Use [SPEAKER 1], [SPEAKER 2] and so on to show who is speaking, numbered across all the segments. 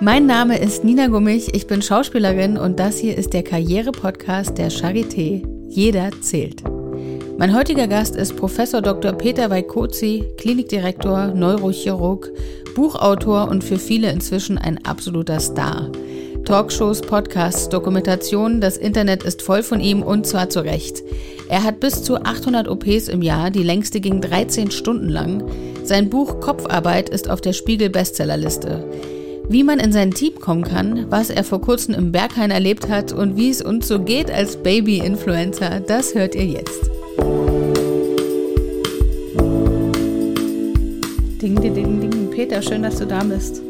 [SPEAKER 1] Mein Name ist Nina Gummich, ich bin Schauspielerin und das hier ist der Karriere-Podcast der Charité. Jeder zählt. Mein heutiger Gast ist Professor Dr. Peter Weikozi, Klinikdirektor, Neurochirurg, Buchautor und für viele inzwischen ein absoluter Star. Talkshows, Podcasts, Dokumentationen, das Internet ist voll von ihm und zwar zu Recht. Er hat bis zu 800 OPs im Jahr, die längste ging 13 Stunden lang. Sein Buch Kopfarbeit ist auf der Spiegel Bestsellerliste. Wie man in sein Team kommen kann, was er vor kurzem im Berghain erlebt hat und wie es uns so geht als Baby-Influencer, das hört ihr jetzt. Ding, ding, ding, ding. Peter, schön, dass du da bist.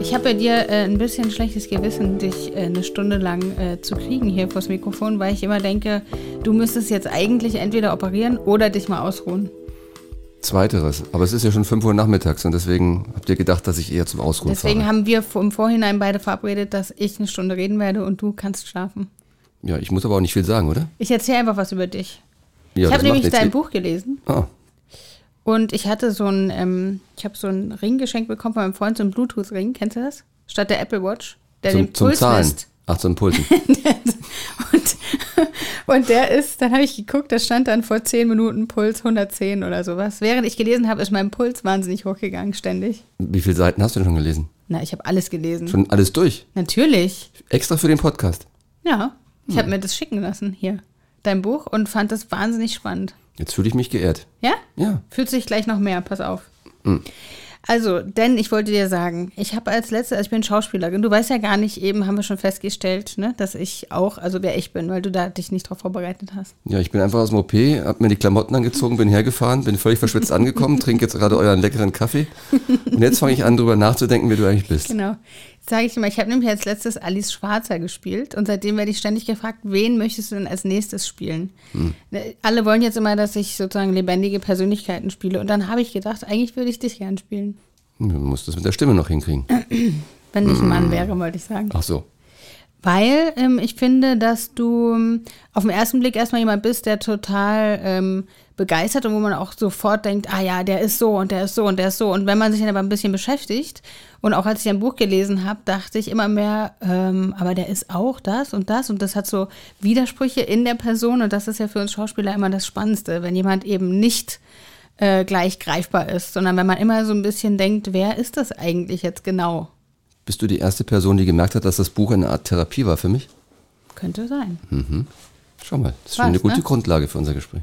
[SPEAKER 1] Ich habe ja dir äh, ein bisschen schlechtes Gewissen, dich äh, eine Stunde lang äh, zu kriegen hier vors Mikrofon, weil ich immer denke, du müsstest jetzt eigentlich entweder operieren oder dich mal ausruhen.
[SPEAKER 2] Zweiteres. Aber es ist ja schon 5 Uhr nachmittags und deswegen habt ihr gedacht, dass ich eher zum Ausruhen
[SPEAKER 1] Deswegen
[SPEAKER 2] fahre.
[SPEAKER 1] haben wir vor- im Vorhinein beide verabredet, dass ich eine Stunde reden werde und du kannst schlafen.
[SPEAKER 2] Ja, ich muss aber auch nicht viel sagen, oder?
[SPEAKER 1] Ich erzähle einfach was über dich.
[SPEAKER 2] Ja,
[SPEAKER 1] ich
[SPEAKER 2] das
[SPEAKER 1] habe nämlich
[SPEAKER 2] macht nichts.
[SPEAKER 1] dein Buch gelesen
[SPEAKER 2] Ah,
[SPEAKER 1] und ich hatte so einen, ähm, ich habe so einen Ring geschenkt bekommen von meinem Freund, so einen Bluetooth-Ring, kennst du das? Statt der Apple Watch, der den
[SPEAKER 2] zum, zum
[SPEAKER 1] Puls
[SPEAKER 2] Zahlen.
[SPEAKER 1] misst.
[SPEAKER 2] Ach, zum Pulsen.
[SPEAKER 1] Und, und der ist, dann habe ich geguckt, da stand dann vor zehn Minuten Puls 110 oder sowas. Während ich gelesen habe, ist mein Puls wahnsinnig hochgegangen, ständig.
[SPEAKER 2] Wie viele Seiten hast du denn schon gelesen?
[SPEAKER 1] Na, ich habe alles gelesen.
[SPEAKER 2] Schon alles durch.
[SPEAKER 1] Natürlich.
[SPEAKER 2] Extra für den Podcast.
[SPEAKER 1] Ja, ich
[SPEAKER 2] Hm.
[SPEAKER 1] habe mir das schicken lassen hier, dein Buch, und fand das wahnsinnig spannend.
[SPEAKER 2] Jetzt fühle ich mich geehrt.
[SPEAKER 1] Ja?
[SPEAKER 2] Ja. Hm.
[SPEAKER 1] Fühlt sich gleich noch mehr, pass auf. Also, denn ich wollte dir sagen, ich habe als letzte, also ich bin Schauspielerin, du weißt ja gar nicht, eben haben wir schon festgestellt, ne, dass ich auch, also wer ich bin, weil du da dich nicht drauf vorbereitet hast.
[SPEAKER 2] Ja, ich bin einfach aus dem OP, hab mir die Klamotten angezogen, bin hergefahren, bin völlig verschwitzt angekommen, trinke jetzt gerade euren leckeren Kaffee. Und jetzt fange ich an, drüber nachzudenken, wer du eigentlich bist.
[SPEAKER 1] Genau. Jetzt sage ich dir mal, ich habe nämlich als letztes Alice Schwarzer gespielt und seitdem werde ich ständig gefragt, wen möchtest du denn als nächstes spielen? Ne, Alle wollen jetzt immer, dass ich sozusagen lebendige Persönlichkeiten spiele und dann habe ich gedacht, eigentlich würde ich dich gern spielen.
[SPEAKER 2] Du musst das mit der Stimme noch hinkriegen.
[SPEAKER 1] Wenn ich ein Mann wäre, wollte ich sagen.
[SPEAKER 2] Ach so.
[SPEAKER 1] Weil ähm, ich finde, dass du ähm, auf den ersten Blick erstmal jemand bist, der total ähm, begeistert und wo man auch sofort denkt, ah ja, der ist so und der ist so und der ist so. Und wenn man sich dann aber ein bisschen beschäftigt und auch als ich dein Buch gelesen habe, dachte ich immer mehr, ähm, aber der ist auch das und das und das hat so Widersprüche in der Person und das ist ja für uns Schauspieler immer das Spannendste, wenn jemand eben nicht äh, gleich greifbar ist, sondern wenn man immer so ein bisschen denkt, wer ist das eigentlich jetzt genau?
[SPEAKER 2] Bist du die erste Person, die gemerkt hat, dass das Buch eine Art Therapie war für mich?
[SPEAKER 1] Könnte sein.
[SPEAKER 2] Schau mal, das ist schon
[SPEAKER 1] War's,
[SPEAKER 2] eine gute
[SPEAKER 1] ne?
[SPEAKER 2] Grundlage für unser Gespräch.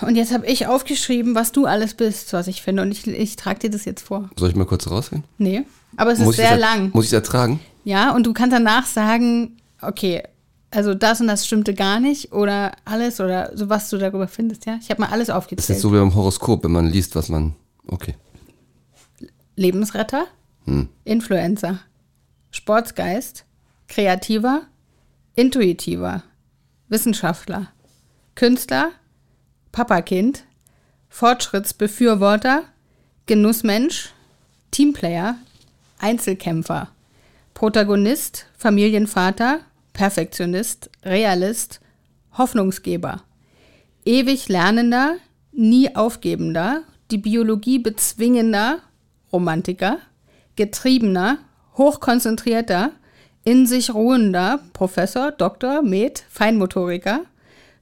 [SPEAKER 1] Und jetzt habe ich aufgeschrieben, was du alles bist, was ich finde. Und ich, ich trage dir das jetzt vor.
[SPEAKER 2] Soll ich mal kurz rausgehen?
[SPEAKER 1] Nee. Aber es ist
[SPEAKER 2] Muss ich
[SPEAKER 1] sehr
[SPEAKER 2] das er-
[SPEAKER 1] lang.
[SPEAKER 2] Muss ich es ertragen?
[SPEAKER 1] Ja, und du kannst danach sagen, okay, also das und das stimmte gar nicht oder alles oder so, was du darüber findest, ja? Ich habe mal alles
[SPEAKER 2] Das ist
[SPEAKER 1] aufgezählt.
[SPEAKER 2] jetzt so wie beim Horoskop, wenn man liest, was man. Okay.
[SPEAKER 1] Lebensretter, Influencer, Sportsgeist, Kreativer, Intuitiver, Wissenschaftler, Künstler, Papakind, Fortschrittsbefürworter, Genussmensch, Teamplayer, Einzelkämpfer, Protagonist, Familienvater, Perfektionist, Realist, Hoffnungsgeber ewig lernender, nie aufgebender, die Biologie bezwingender, Romantiker, getriebener, hochkonzentrierter, in sich ruhender, Professor, Doktor, Med, Feinmotoriker,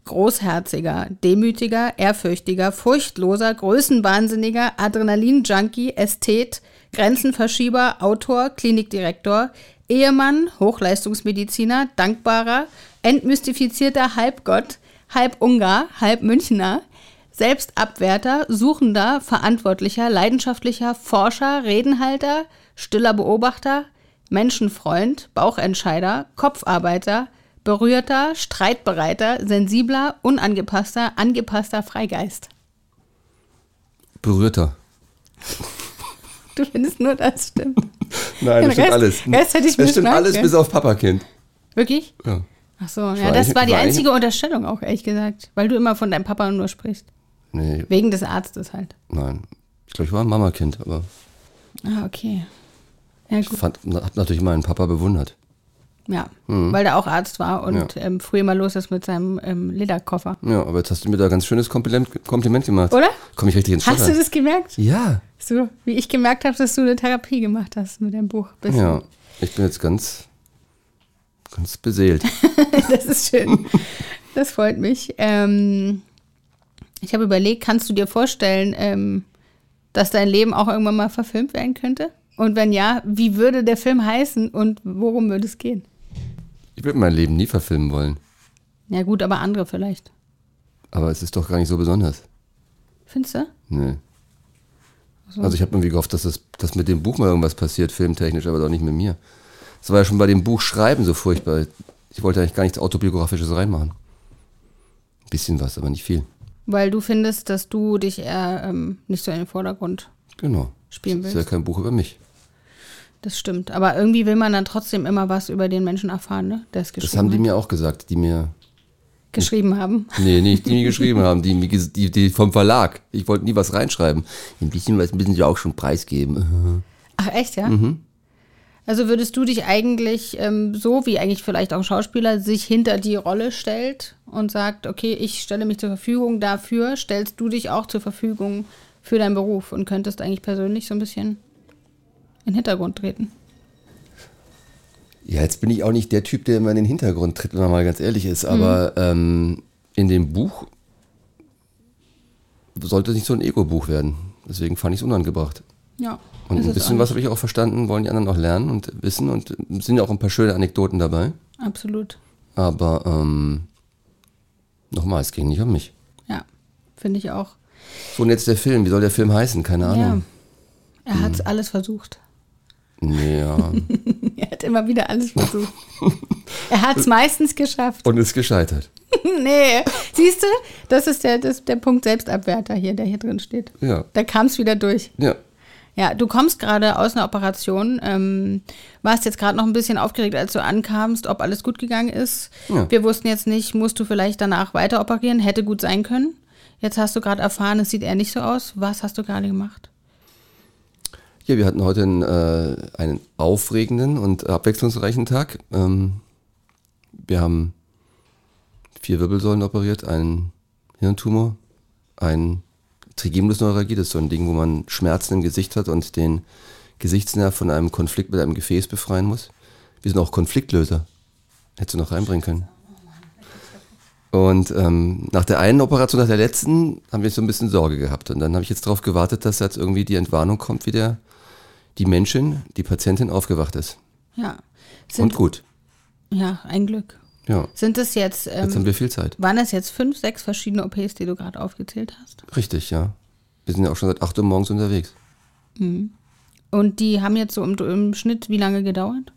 [SPEAKER 1] großherziger, demütiger, ehrfürchtiger, furchtloser, größenwahnsinniger, Adrenalin-Junkie, Ästhet, Grenzenverschieber, Autor, Klinikdirektor, Ehemann, Hochleistungsmediziner, dankbarer, entmystifizierter Halbgott, halb Ungar, halb Münchner, Selbstabwärter, Suchender, Verantwortlicher, leidenschaftlicher, Forscher, Redenhalter, stiller Beobachter, Menschenfreund, Bauchentscheider, Kopfarbeiter, berührter, streitbereiter, sensibler, unangepasster, angepasster Freigeist.
[SPEAKER 2] Berührter.
[SPEAKER 1] Du findest nur das stimmt.
[SPEAKER 2] Nein,
[SPEAKER 1] Den Rest- Rest hätte ich mir
[SPEAKER 2] das stimmt
[SPEAKER 1] gemerkt,
[SPEAKER 2] alles
[SPEAKER 1] gell?
[SPEAKER 2] bis auf Papakind.
[SPEAKER 1] Wirklich?
[SPEAKER 2] Ja.
[SPEAKER 1] Ach so,
[SPEAKER 2] Ich
[SPEAKER 1] ja,
[SPEAKER 2] war
[SPEAKER 1] das
[SPEAKER 2] eigentlich-
[SPEAKER 1] war die
[SPEAKER 2] ich war
[SPEAKER 1] einzige Unterstellung auch, ehrlich gesagt. Weil du immer von deinem Papa nur sprichst.
[SPEAKER 2] Nee,
[SPEAKER 1] Wegen des Arztes halt.
[SPEAKER 2] nein. Ich glaube, ich war ein Mamakind, aber
[SPEAKER 1] Ah, okay. Ja,
[SPEAKER 2] ich
[SPEAKER 1] gut.
[SPEAKER 2] fand, hab natürlich meinen Papa bewundert.
[SPEAKER 1] Ja, weil der auch Arzt war und ähm, früher mal los ist mit seinem ähm, Lederkoffer.
[SPEAKER 2] Ja, aber jetzt hast du mir da ein ganz schönes Kompliment, Kompliment gemacht.
[SPEAKER 1] Oder?
[SPEAKER 2] Komm ich richtig ins
[SPEAKER 1] Hast du das gemerkt?
[SPEAKER 2] Ja.
[SPEAKER 1] So, wie ich gemerkt habe, dass du eine Therapie gemacht hast mit deinem Buch. Bisschen.
[SPEAKER 2] Ja. Ich bin jetzt ganz, ganz beseelt.
[SPEAKER 1] Das ist schön. Das freut mich. Ähm, ich habe überlegt, kannst du dir vorstellen, ähm, dass dein Leben auch irgendwann mal verfilmt werden könnte? Und wenn ja, wie würde der Film heißen und worum würde es gehen?
[SPEAKER 2] Ich würde mein Leben nie verfilmen wollen.
[SPEAKER 1] Ja gut, aber andere vielleicht.
[SPEAKER 2] Aber es ist doch gar nicht so besonders.
[SPEAKER 1] Findest du?
[SPEAKER 2] Nee.
[SPEAKER 1] So.
[SPEAKER 2] Also ich habe irgendwie gehofft, dass, das, dass mit dem Buch mal irgendwas passiert, filmtechnisch, aber doch nicht mit mir. Das war ja schon bei dem Buch Schreiben so furchtbar. Ich wollte eigentlich gar nichts Autobiografisches reinmachen. Bisschen was, aber nicht viel.
[SPEAKER 1] Weil du findest, dass du dich eher ähm, nicht so in den Vordergrund
[SPEAKER 2] Genau.
[SPEAKER 1] Spielen
[SPEAKER 2] Das ist ja
[SPEAKER 1] willst.
[SPEAKER 2] kein Buch über mich.
[SPEAKER 1] Das stimmt. Aber irgendwie will man dann trotzdem immer was über den Menschen erfahren, ne? Der es
[SPEAKER 2] Das
[SPEAKER 1] geschrieben,
[SPEAKER 2] haben die
[SPEAKER 1] hat.
[SPEAKER 2] mir auch gesagt, die mir.
[SPEAKER 1] geschrieben haben.
[SPEAKER 2] Nee, nicht die mir geschrieben haben, die, mir ges- die, die vom Verlag. Ich wollte nie was reinschreiben. Ein bisschen was müssen sie auch schon preisgeben.
[SPEAKER 1] Ach echt, ja?
[SPEAKER 2] Mhm.
[SPEAKER 1] Also würdest du dich eigentlich, ähm, so wie eigentlich vielleicht auch ein Schauspieler, sich hinter die Rolle stellt und sagt, okay, ich stelle mich zur Verfügung dafür, stellst du dich auch zur Verfügung für deinen Beruf und könntest eigentlich persönlich so ein bisschen in den Hintergrund treten.
[SPEAKER 2] Ja, jetzt bin ich auch nicht der Typ, der immer in den Hintergrund tritt, wenn man mal ganz ehrlich ist.
[SPEAKER 1] Mhm.
[SPEAKER 2] Aber ähm, in dem Buch sollte es nicht so ein Ego-Buch werden. Deswegen fand ich es unangebracht.
[SPEAKER 1] Ja.
[SPEAKER 2] Und
[SPEAKER 1] ist
[SPEAKER 2] ein
[SPEAKER 1] es
[SPEAKER 2] bisschen
[SPEAKER 1] auch.
[SPEAKER 2] was habe ich auch verstanden, wollen die anderen auch lernen und wissen. Und es sind ja auch ein paar schöne Anekdoten dabei.
[SPEAKER 1] Absolut.
[SPEAKER 2] Aber ähm, nochmal, es ging nicht um mich.
[SPEAKER 1] Ja, finde ich auch.
[SPEAKER 2] So, und jetzt der Film. Wie soll der Film heißen? Keine
[SPEAKER 1] Ja.
[SPEAKER 2] Ahnung. Mhm.
[SPEAKER 1] Er hat alles versucht.
[SPEAKER 2] Nee, Ja.
[SPEAKER 1] Er hat immer wieder alles versucht. er hat es meistens geschafft.
[SPEAKER 2] und ist gescheitert.
[SPEAKER 1] nee. Siehst du, das ist der, das, der Punkt Selbstabwärter hier, der hier drin steht.
[SPEAKER 2] Ja.
[SPEAKER 1] Da kam es wieder durch.
[SPEAKER 2] Ja.
[SPEAKER 1] Ja, du kommst gerade aus einer Operation, ähm, warst jetzt gerade noch ein bisschen aufgeregt, als du ankamst, ob alles gut gegangen ist.
[SPEAKER 2] Ja.
[SPEAKER 1] Wir wussten jetzt nicht, musst du vielleicht danach weiter operieren, hätte gut sein können. Jetzt hast du gerade erfahren, es sieht eher nicht so aus. Was hast du gerade gemacht?
[SPEAKER 2] Ja, wir hatten heute einen, äh, einen aufregenden und abwechslungsreichen Tag. Ähm, wir haben vier Wirbelsäulen operiert, einen Hirntumor, einen Trigeminusneuralgie, das ist so ein Ding, wo man Schmerzen im Gesicht hat und den Gesichtsnerv von einem Konflikt mit einem Gefäß befreien muss. Wir sind auch Konfliktlöser. Hättest du noch reinbringen können. Und ähm, nach der einen Operation, nach der letzten, haben wir so ein bisschen Sorge gehabt. Und dann habe ich jetzt darauf gewartet, dass jetzt irgendwie die Entwarnung kommt, wie der, die Menschen, die Patientin aufgewacht ist.
[SPEAKER 1] Ja.
[SPEAKER 2] Und gut.
[SPEAKER 1] Ja, ein Glück.
[SPEAKER 2] Ja,
[SPEAKER 1] Sind es jetzt,
[SPEAKER 2] jetzt haben
[SPEAKER 1] ähm,
[SPEAKER 2] wir viel Zeit.
[SPEAKER 1] waren es jetzt fünf, sechs verschiedene OPs, die du gerade aufgezählt hast?
[SPEAKER 2] Richtig, ja. Wir sind ja auch schon seit 8 Uhr morgens unterwegs.
[SPEAKER 1] Und die haben jetzt so im, im Schnitt wie lange gedauert?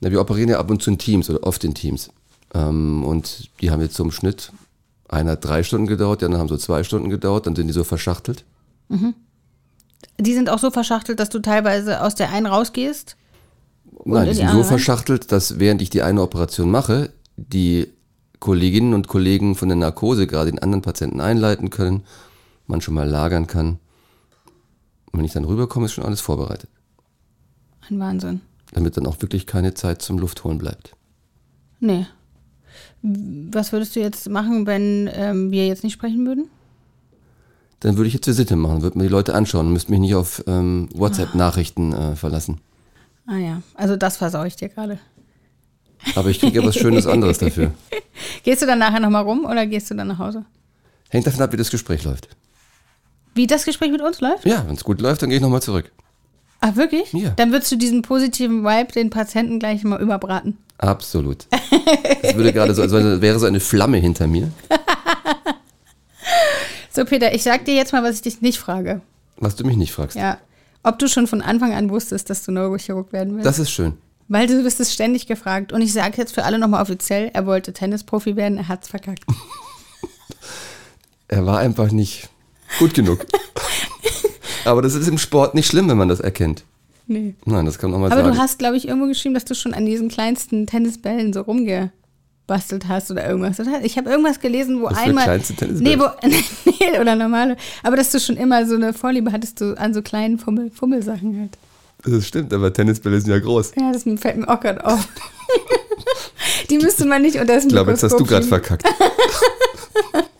[SPEAKER 2] Na, wir operieren ja ab und zu in Teams oder oft in Teams. Ähm, und die haben jetzt zum Schnitt, einer hat drei Stunden gedauert, die anderen haben so zwei Stunden gedauert, dann sind die so verschachtelt.
[SPEAKER 1] Die sind auch so verschachtelt, dass du teilweise aus der einen rausgehst.
[SPEAKER 2] Nein,
[SPEAKER 1] in
[SPEAKER 2] die
[SPEAKER 1] die
[SPEAKER 2] sind so
[SPEAKER 1] andere?
[SPEAKER 2] verschachtelt, dass während ich die eine Operation mache, die Kolleginnen und Kollegen von der Narkose gerade den anderen Patienten einleiten können, man schon mal lagern kann. Und wenn ich dann rüberkomme, ist schon alles vorbereitet,
[SPEAKER 1] Ein Wahnsinn.
[SPEAKER 2] damit dann auch wirklich keine Zeit zum Luftholen bleibt.
[SPEAKER 1] Nee. Was würdest du jetzt machen, wenn ähm, wir jetzt nicht sprechen würden?
[SPEAKER 2] Dann würde ich jetzt Visite machen, würde mir die Leute anschauen, müsste mich nicht auf ähm, WhatsApp-Nachrichten äh, verlassen.
[SPEAKER 1] Ah ja, also das versau ich dir gerade.
[SPEAKER 2] Aber ich kriege ja was Schönes anderes dafür.
[SPEAKER 1] Gehst du dann nachher nochmal rum oder gehst du dann nach Hause?
[SPEAKER 2] Hängt davon ab, wie das Gespräch läuft.
[SPEAKER 1] Wie das Gespräch mit uns läuft?
[SPEAKER 2] Ja, wenn es gut läuft, dann gehe ich nochmal zurück.
[SPEAKER 1] Ach wirklich?
[SPEAKER 2] Ja.
[SPEAKER 1] Dann würdest du diesen positiven Vibe den Patienten gleich mal überbraten.
[SPEAKER 2] Absolut. Es würde gerade so, als wäre so eine Flamme hinter mir.
[SPEAKER 1] So Peter, ich sag dir jetzt mal, was ich dich nicht frage.
[SPEAKER 2] Was du mich nicht fragst.
[SPEAKER 1] Ja. Ob du schon von Anfang an wusstest, dass du Neurochirurg werden willst?
[SPEAKER 2] Das ist schön.
[SPEAKER 1] Weil du bist es ständig gefragt. Und ich sage jetzt für alle nochmal offiziell, er wollte Tennisprofi werden, er hat's verkackt.
[SPEAKER 2] Er war einfach nicht gut genug. Aber das ist im Sport nicht schlimm, wenn man das erkennt.
[SPEAKER 1] Nee.
[SPEAKER 2] Nein, das kann man auch mal
[SPEAKER 1] Aber
[SPEAKER 2] sagen.
[SPEAKER 1] du hast, glaube ich, irgendwo geschrieben, dass du schon an diesen kleinsten Tennisbällen so rumgebastelt hast oder irgendwas. oder? Ich habe irgendwas gelesen, wo
[SPEAKER 2] Was für
[SPEAKER 1] einmal.
[SPEAKER 2] kleinste Tennisbälle?
[SPEAKER 1] nee, wo, nee, oder normale. Aber dass du schon immer so eine Vorliebe hattest du an so kleinen Fummel, Fummelsachen halt.
[SPEAKER 2] das stimmt, aber Tennisbälle sind ja groß.
[SPEAKER 1] Ja, das fällt mir auch gerade auf. Die müsste man nicht unter das
[SPEAKER 2] Ich glaube, jetzt hast du gerade
[SPEAKER 1] Mikroskop
[SPEAKER 2] verkackt.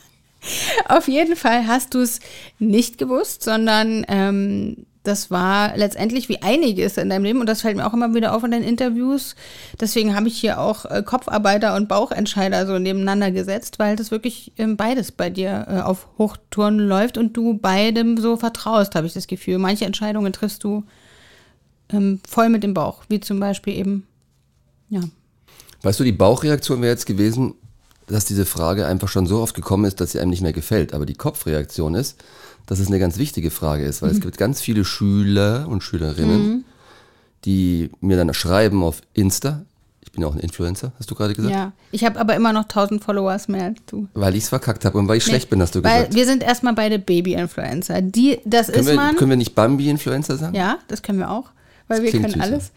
[SPEAKER 1] Auf jeden Fall hast du es nicht gewusst, sondern ähm, das war letztendlich wie einiges in deinem Leben und das fällt mir auch immer wieder auf in deinen Interviews. Deswegen habe ich hier auch äh, Kopfarbeiter und Bauchentscheider so nebeneinander gesetzt, weil das wirklich ähm, beides bei dir äh, auf Hochtouren läuft und du beidem so vertraust, habe ich das Gefühl. Manche Entscheidungen triffst du ähm, voll mit dem Bauch, wie zum Beispiel eben, ja.
[SPEAKER 2] Weißt du, die Bauchreaktion wäre jetzt gewesen, dass diese Frage einfach schon so oft gekommen ist, dass sie einem nicht mehr gefällt. Aber die Kopfreaktion ist, dass es eine ganz wichtige Frage ist, weil
[SPEAKER 1] Mhm.
[SPEAKER 2] es gibt ganz viele Schüler und Schülerinnen, die mir dann schreiben auf Insta. Ich bin ja auch ein Influencer, hast du gerade gesagt?
[SPEAKER 1] Ja, ich habe aber immer noch 1000 Followers mehr als du.
[SPEAKER 2] Weil ich es verkackt habe und weil ich schlecht bin, hast du
[SPEAKER 1] Weil
[SPEAKER 2] gesagt.
[SPEAKER 1] wir sind erstmal beide Baby-Influencer. Die, das
[SPEAKER 2] Können
[SPEAKER 1] ist man.
[SPEAKER 2] wir, können wir nicht Bambi-Influencer sagen?
[SPEAKER 1] Ja, das können wir auch, weil wir
[SPEAKER 2] klingt
[SPEAKER 1] können
[SPEAKER 2] süßer.
[SPEAKER 1] alles.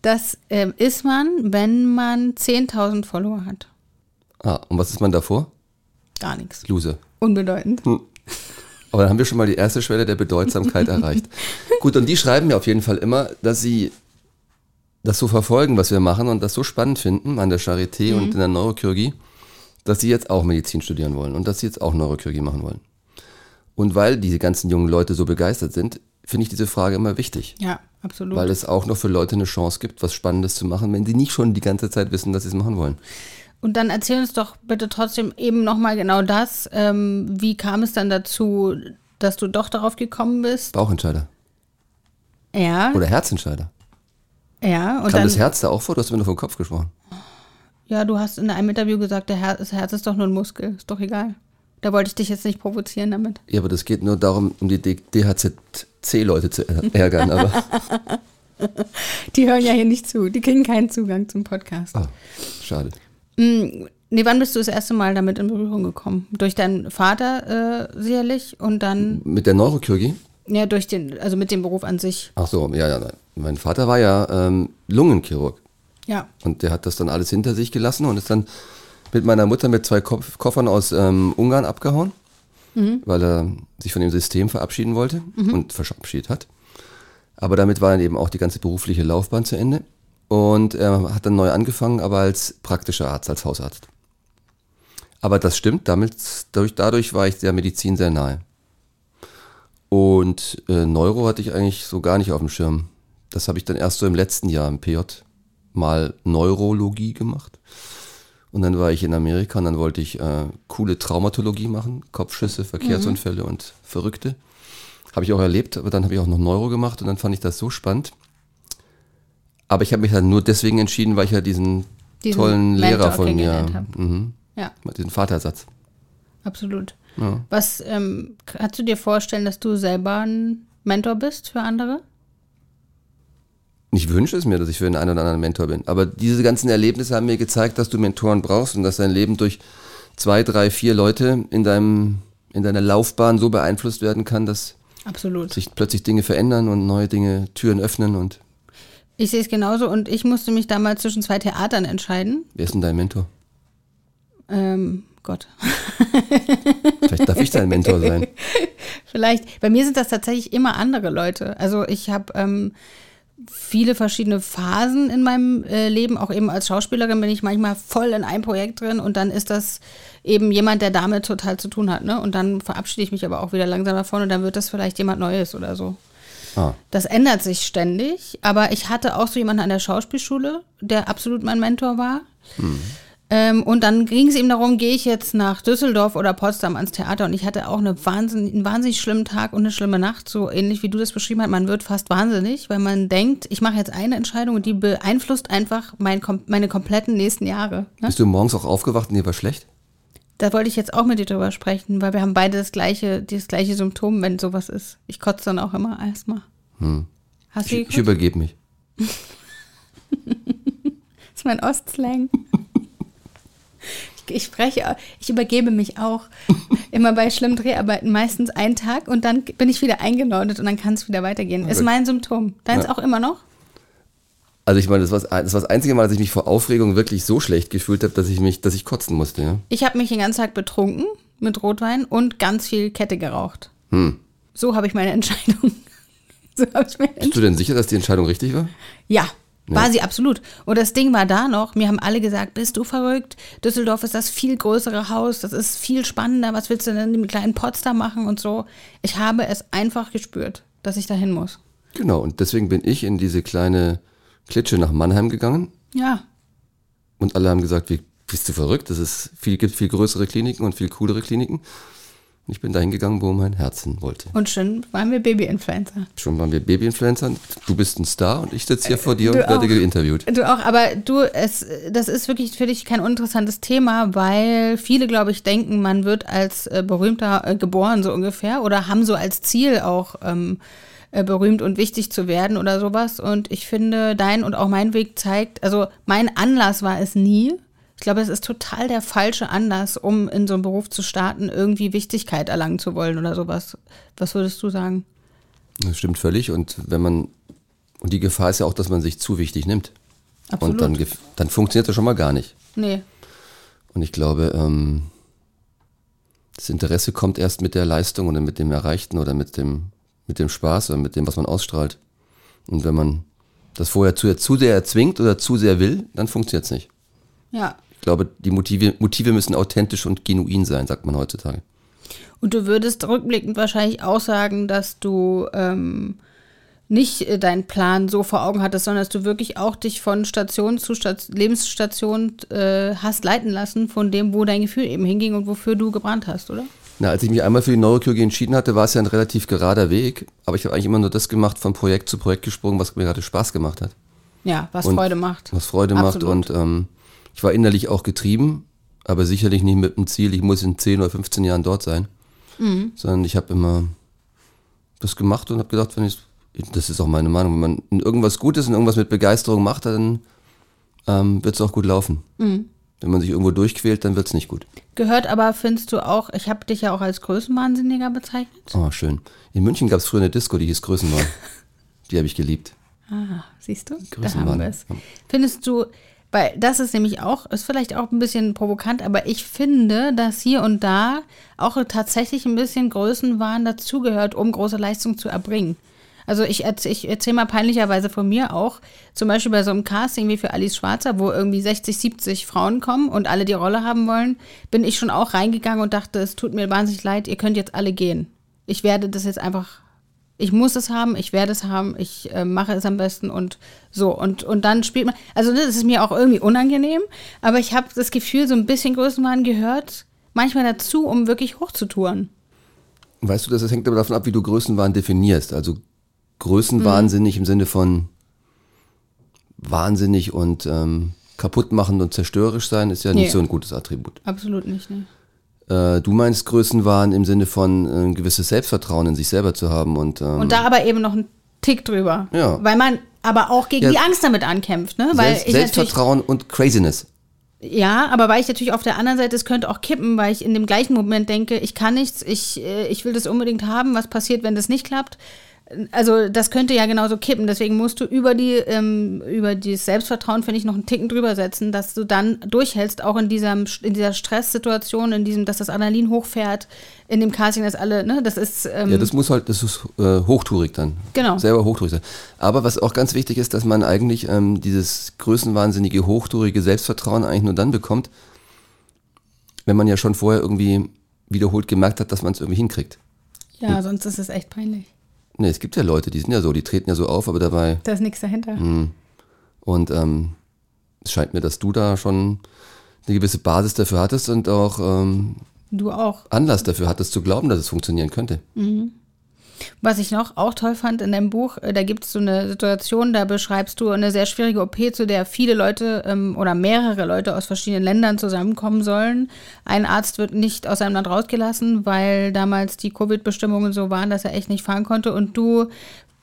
[SPEAKER 1] Das ähm, ist man, wenn man 10.000 Follower hat.
[SPEAKER 2] Ah, und was ist man davor?
[SPEAKER 1] Gar nichts.
[SPEAKER 2] Loser.
[SPEAKER 1] Unbedeutend.
[SPEAKER 2] Aber dann haben wir schon mal die erste Schwelle der Bedeutsamkeit erreicht. Gut, und die schreiben mir auf jeden Fall immer, dass sie das so verfolgen, was wir machen und das so spannend finden an der Charité
[SPEAKER 1] Mhm.
[SPEAKER 2] und in der Neurochirurgie, dass sie jetzt auch Medizin studieren wollen und dass sie jetzt auch Neurochirurgie machen wollen. Und weil diese ganzen jungen Leute so begeistert sind, finde ich diese Frage immer wichtig.
[SPEAKER 1] Ja, absolut.
[SPEAKER 2] Weil es auch noch für Leute eine Chance gibt, was Spannendes zu machen, wenn sie nicht schon die ganze Zeit wissen, dass sie es machen wollen.
[SPEAKER 1] Und dann erzähl uns doch bitte trotzdem eben nochmal genau das. Ähm, wie kam es dann dazu, dass du doch darauf gekommen bist?
[SPEAKER 2] Bauchentscheider
[SPEAKER 1] Ja,
[SPEAKER 2] oder Herzentscheider.
[SPEAKER 1] ja. Und
[SPEAKER 2] Kam
[SPEAKER 1] dann,
[SPEAKER 2] das Herz da auch vor? Du hast mir nur vom Kopf gesprochen.
[SPEAKER 1] ja, du hast in einem Interview gesagt, der Her das Herz ist doch nur ein Muskel, ist doch egal. Da wollte ich dich jetzt nicht provozieren damit.
[SPEAKER 2] Ja, aber das geht nur darum, um die DHZC-Leute zu ä- ärgern. Aber
[SPEAKER 1] Die hören ja hier nicht zu, die kriegen keinen Zugang zum Podcast.
[SPEAKER 2] ah, schade.
[SPEAKER 1] Nee, wann bist du das erste Mal damit in Berührung gekommen? Durch deinen Vater äh, sicherlich und dann
[SPEAKER 2] Mit der Neurochirurgie?
[SPEAKER 1] ja durch den, also mit dem Beruf an sich.
[SPEAKER 2] Ach so, ja, ja, nein. Mein Vater war ja ähm, Lungenchirurg
[SPEAKER 1] Ja.
[SPEAKER 2] und der hat das dann alles hinter sich gelassen und ist dann mit meiner Mutter mit zwei Kopf Koffern aus ähm, Ungarn abgehauen, weil er sich von dem System verabschieden wollte und verabschiedet hat. Aber damit war dann eben auch die ganze berufliche Laufbahn zu Ende und er hat dann neu angefangen, aber als praktischer Arzt, als Hausarzt. Aber das stimmt, damit, dadurch, dadurch war ich der Medizin sehr nahe. Und äh, Neuro hatte ich eigentlich so gar nicht auf dem Schirm. Das habe ich dann erst so im letzten Jahr im PJ mal Neurologie gemacht. Und dann war ich in Amerika und dann wollte ich äh, coole Traumatologie machen, Kopfschüsse, Verkehrsunfälle
[SPEAKER 1] Mhm.
[SPEAKER 2] und Verrückte. Habe ich auch erlebt, aber dann habe ich auch noch Neuro gemacht und dann fand ich das so spannend. Aber ich habe mich dann nur deswegen entschieden, weil ich ja diesen,
[SPEAKER 1] Diesen
[SPEAKER 2] tollen Lehrer
[SPEAKER 1] Mentor
[SPEAKER 2] von mir,
[SPEAKER 1] kennengelernt hab.
[SPEAKER 2] mhm,
[SPEAKER 1] Ja,
[SPEAKER 2] diesen Vatersatz.
[SPEAKER 1] absolut.
[SPEAKER 2] Ja.
[SPEAKER 1] Was ähm, kannst du dir vorstellen, dass du selber ein Mentor bist für andere?
[SPEAKER 2] Ich wünsche es mir, dass ich für den einen oder anderen Mentor bin. Aber diese ganzen Erlebnisse haben mir gezeigt, dass du Mentoren brauchst und dass dein Leben durch zwei, drei, vier Leute in, deinem, in deiner Laufbahn so beeinflusst werden kann, dass
[SPEAKER 1] Absolut.
[SPEAKER 2] sich plötzlich Dinge verändern und neue Dinge, Türen öffnen. Und
[SPEAKER 1] Ich sehe es genauso und ich musste mich damals zwischen zwei Theatern entscheiden.
[SPEAKER 2] wer ist denn dein Mentor?
[SPEAKER 1] Ähm, Gott.
[SPEAKER 2] Vielleicht darf ich dein Mentor sein.
[SPEAKER 1] Vielleicht. Bei mir sind das tatsächlich immer andere Leute. Also ich habe ähm, viele verschiedene Phasen in meinem äh, Leben. Auch eben als Schauspielerin bin ich manchmal voll in einem Projekt drin und dann ist das eben jemand, der damit total zu tun hat. Ne? Und dann verabschiede ich mich aber auch wieder langsam davon und dann wird das vielleicht jemand Neues oder so.
[SPEAKER 2] Ah,
[SPEAKER 1] Das ändert sich ständig, aber ich hatte auch so jemanden an der Schauspielschule, der absolut mein Mentor war. Ähm, und dann ging es ihm darum, gehe ich jetzt nach Düsseldorf oder Potsdam ans Theater. Und ich hatte auch eine wahnsinn, einen wahnsinnig schlimmen Tag und eine schlimme Nacht, so ähnlich wie du das beschrieben hast. Man wird fast wahnsinnig, weil man denkt, ich mache jetzt eine Entscheidung und die beeinflusst einfach mein, kom- meine kompletten nächsten Jahre. Ne?
[SPEAKER 2] bist du morgens auch aufgewacht und dir war schlecht?
[SPEAKER 1] Da wollte ich jetzt auch mit dir drüber sprechen, weil wir haben beide das gleiche, das gleiche Symptom, wenn sowas ist. Ich kotze dann auch immer erstmal. Hast du
[SPEAKER 2] Ich, Hm. ich
[SPEAKER 1] gekotzt?
[SPEAKER 2] übergebe mich.
[SPEAKER 1] Das ist mein Ostslang. Ich, ich spreche, ich übergebe mich auch immer bei schlimmen Dreharbeiten, meistens einen Tag und dann bin ich wieder eingenordet und dann kann es wieder weitergehen. Ist
[SPEAKER 2] gut.
[SPEAKER 1] mein Symptom. Deins
[SPEAKER 2] Ja.
[SPEAKER 1] auch immer noch?
[SPEAKER 2] Also ich meine, das war das, das, war das einzige Mal, dass ich mich vor Aufregung wirklich so schlecht gefühlt habe, dass ich mich, dass ich kotzen musste. Ja?
[SPEAKER 1] Ich habe mich den ganzen Tag betrunken mit Rotwein und ganz viel Kette geraucht.
[SPEAKER 2] Hm.
[SPEAKER 1] So habe ich meine Entscheidung. So habe ich meine
[SPEAKER 2] Bist du denn sicher, dass die Entscheidung richtig war?
[SPEAKER 1] Ja, war sie absolut. Und das Ding war da noch, mir haben alle gesagt, bist du verrückt? Düsseldorf ist das viel größere Haus, das ist viel spannender, was willst du denn im kleinen Potsdam machen und so. Ich habe es einfach gespürt, dass ich dahin muss.
[SPEAKER 2] Genau, und deswegen bin ich in diese kleine Klitsche nach Mannheim gegangen
[SPEAKER 1] Ja.
[SPEAKER 2] und alle haben gesagt, wie bist du verrückt? Es ist viel, gibt viel größere Kliniken und viel coolere Kliniken. Und ich bin dahin gegangen, wo mein Herz hin wollte.
[SPEAKER 1] Und schon waren wir Baby-Influencer.
[SPEAKER 2] Schon waren wir Baby-Influencern. Du bist ein Star und ich sitze hier vor dir und
[SPEAKER 1] Äh, du auch.
[SPEAKER 2] werde geinterviewt.
[SPEAKER 1] Du auch, aber du, es, das ist wirklich für dich kein interessantes Thema, weil viele, glaube ich, denken, man wird als äh, berühmter äh, geboren, so ungefähr, oder haben so als Ziel auch ähm, äh, berühmt und wichtig zu werden oder sowas. Und ich finde, dein und auch mein Weg zeigt, also mein Anlass war es nie. Ich glaube, es ist total der falsche Anlass, um in so einen Beruf zu starten, irgendwie Wichtigkeit erlangen zu wollen oder sowas. Was würdest du sagen?
[SPEAKER 2] Das stimmt völlig. Und wenn man, und die Gefahr ist ja auch, dass man sich zu wichtig nimmt.
[SPEAKER 1] Absolut.
[SPEAKER 2] Und dann, gef- dann funktioniert das schon mal gar nicht.
[SPEAKER 1] Nee.
[SPEAKER 2] Und ich glaube, ähm, das Interesse kommt erst mit der Leistung oder mit dem Erreichten oder mit dem, mit dem Spaß oder mit dem, was man ausstrahlt. Und wenn man das vorher zu, zu sehr erzwingt oder zu sehr will, dann funktioniert es nicht.
[SPEAKER 1] Ja,
[SPEAKER 2] Ich glaube, die Motive, Motive müssen authentisch und genuin sein, sagt man heutzutage.
[SPEAKER 1] Und du würdest rückblickend wahrscheinlich auch sagen, dass du ähm, nicht äh, deinen Plan so vor Augen hattest, sondern dass du wirklich auch dich von Station zu Stat Lebensstation äh, hast leiten lassen, von dem, wo dein Gefühl eben hinging und wofür du gebrannt hast, oder?
[SPEAKER 2] Na, als ich mich einmal für die Neurochirurgie entschieden hatte, war es ja ein relativ gerader Weg. Aber ich habe eigentlich immer nur das gemacht, von Projekt zu Projekt gesprungen, was mir gerade Spaß gemacht hat.
[SPEAKER 1] Ja, was
[SPEAKER 2] Und
[SPEAKER 1] Freude macht.
[SPEAKER 2] Was Freude macht.
[SPEAKER 1] Absolut.
[SPEAKER 2] Und ähm, ich war innerlich auch getrieben, aber sicherlich nicht mit dem Ziel, ich muss in 10 oder 15 Jahren dort sein.
[SPEAKER 1] Mhm.
[SPEAKER 2] Sondern ich habe immer das gemacht und habe gedacht, wenn ich, das ist auch meine Meinung, wenn man in irgendwas Gutes und irgendwas mit Begeisterung macht, dann ähm, wird es auch gut laufen.
[SPEAKER 1] Mhm.
[SPEAKER 2] Wenn man sich irgendwo durchquält, dann wird es nicht gut.
[SPEAKER 1] Gehört aber, findest du auch, ich habe dich ja auch als Größenwahnsinniger bezeichnet.
[SPEAKER 2] Oh, schön. In München gab es früher eine Disco, die hieß Größenwahn. die habe ich geliebt.
[SPEAKER 1] Ah, siehst du? Da
[SPEAKER 2] Größenwahn,
[SPEAKER 1] haben wir es.
[SPEAKER 2] ja.
[SPEAKER 1] Findest du, weil das ist nämlich auch, ist vielleicht auch ein bisschen provokant, aber ich finde, dass hier und da auch tatsächlich ein bisschen Größenwahn dazugehört, um große Leistung zu erbringen. Also ich, erz- ich erzähle mal peinlicherweise von mir auch, zum Beispiel bei so einem Casting wie für Alice Schwarzer, wo irgendwie 60, 70 Frauen kommen und alle die Rolle haben wollen, bin ich schon auch reingegangen und dachte, es tut mir wahnsinnig leid, ihr könnt jetzt alle gehen. Ich werde das jetzt einfach ich muss es haben, ich werde es haben, ich äh, mache es am besten und so. Und, und dann spielt man. Also, ne, das ist mir auch irgendwie unangenehm, aber ich habe das Gefühl, so ein bisschen Größenwahn gehört manchmal dazu, um wirklich hochzutouren.
[SPEAKER 2] Weißt du, das das hängt aber davon ab, wie du Größenwahn definierst. Also Größenwahnsinnig
[SPEAKER 1] Mhm.
[SPEAKER 2] im Sinne von wahnsinnig und ähm, kaputtmachend und zerstörerisch sein ist ja nicht
[SPEAKER 1] Nee.
[SPEAKER 2] so ein gutes Attribut.
[SPEAKER 1] Absolut nicht, ne?
[SPEAKER 2] Äh, du meinst Größenwahn im Sinne von äh, ein gewisses Selbstvertrauen in sich selber zu haben und, ähm,
[SPEAKER 1] Und da aber eben noch einen Tick drüber.
[SPEAKER 2] Ja.
[SPEAKER 1] Weil man aber auch gegen
[SPEAKER 2] Ja.
[SPEAKER 1] die Angst damit ankämpft, ne? Weil
[SPEAKER 2] Selbst,
[SPEAKER 1] ich natürlich.
[SPEAKER 2] Selbstvertrauen und Craziness.
[SPEAKER 1] Ja, aber weil ich natürlich auf der anderen Seite, es könnte auch kippen, weil ich in dem gleichen Moment denke, ich kann nichts, ich, äh, ich will das unbedingt haben, was passiert, wenn das nicht klappt? Also das könnte ja genauso kippen, deswegen musst du über die, ähm, über dieses Selbstvertrauen, finde ich, noch einen Ticken drüber setzen, dass du dann durchhältst, auch in, diesem, in dieser Stresssituation, in diesem, dass das Adrenalin hochfährt, in dem Casting, dass alle, ne, das ist, ähm,
[SPEAKER 2] Ja, das muss halt, das ist äh, hochtourig dann.
[SPEAKER 1] Genau.
[SPEAKER 2] Selber hochtourig sein. Aber was auch ganz wichtig ist, dass man eigentlich ähm, dieses größenwahnsinnige, hochtourige Selbstvertrauen eigentlich nur dann bekommt, wenn man ja schon vorher irgendwie wiederholt gemerkt hat, dass man es irgendwie hinkriegt.
[SPEAKER 1] ja, sonst ist es echt peinlich.
[SPEAKER 2] Nee, es gibt ja Leute, die sind ja so, die treten ja so auf, aber dabei.
[SPEAKER 1] Da ist nichts dahinter.
[SPEAKER 2] Hm. Und ähm, es scheint mir, dass du da schon eine gewisse Basis dafür hattest und auch ähm,
[SPEAKER 1] Du auch.
[SPEAKER 2] Anlass dafür hattest zu glauben, dass es funktionieren könnte.
[SPEAKER 1] Was ich noch auch toll fand in deinem Buch, äh, da gibt es so eine Situation, da beschreibst du eine sehr schwierige OP, zu der viele Leute ähm, oder mehrere Leute aus verschiedenen Ländern zusammenkommen sollen. Ein Arzt wird nicht aus seinem Land rausgelassen, weil damals die Covid-Bestimmungen so waren, dass er echt nicht fahren konnte. Und du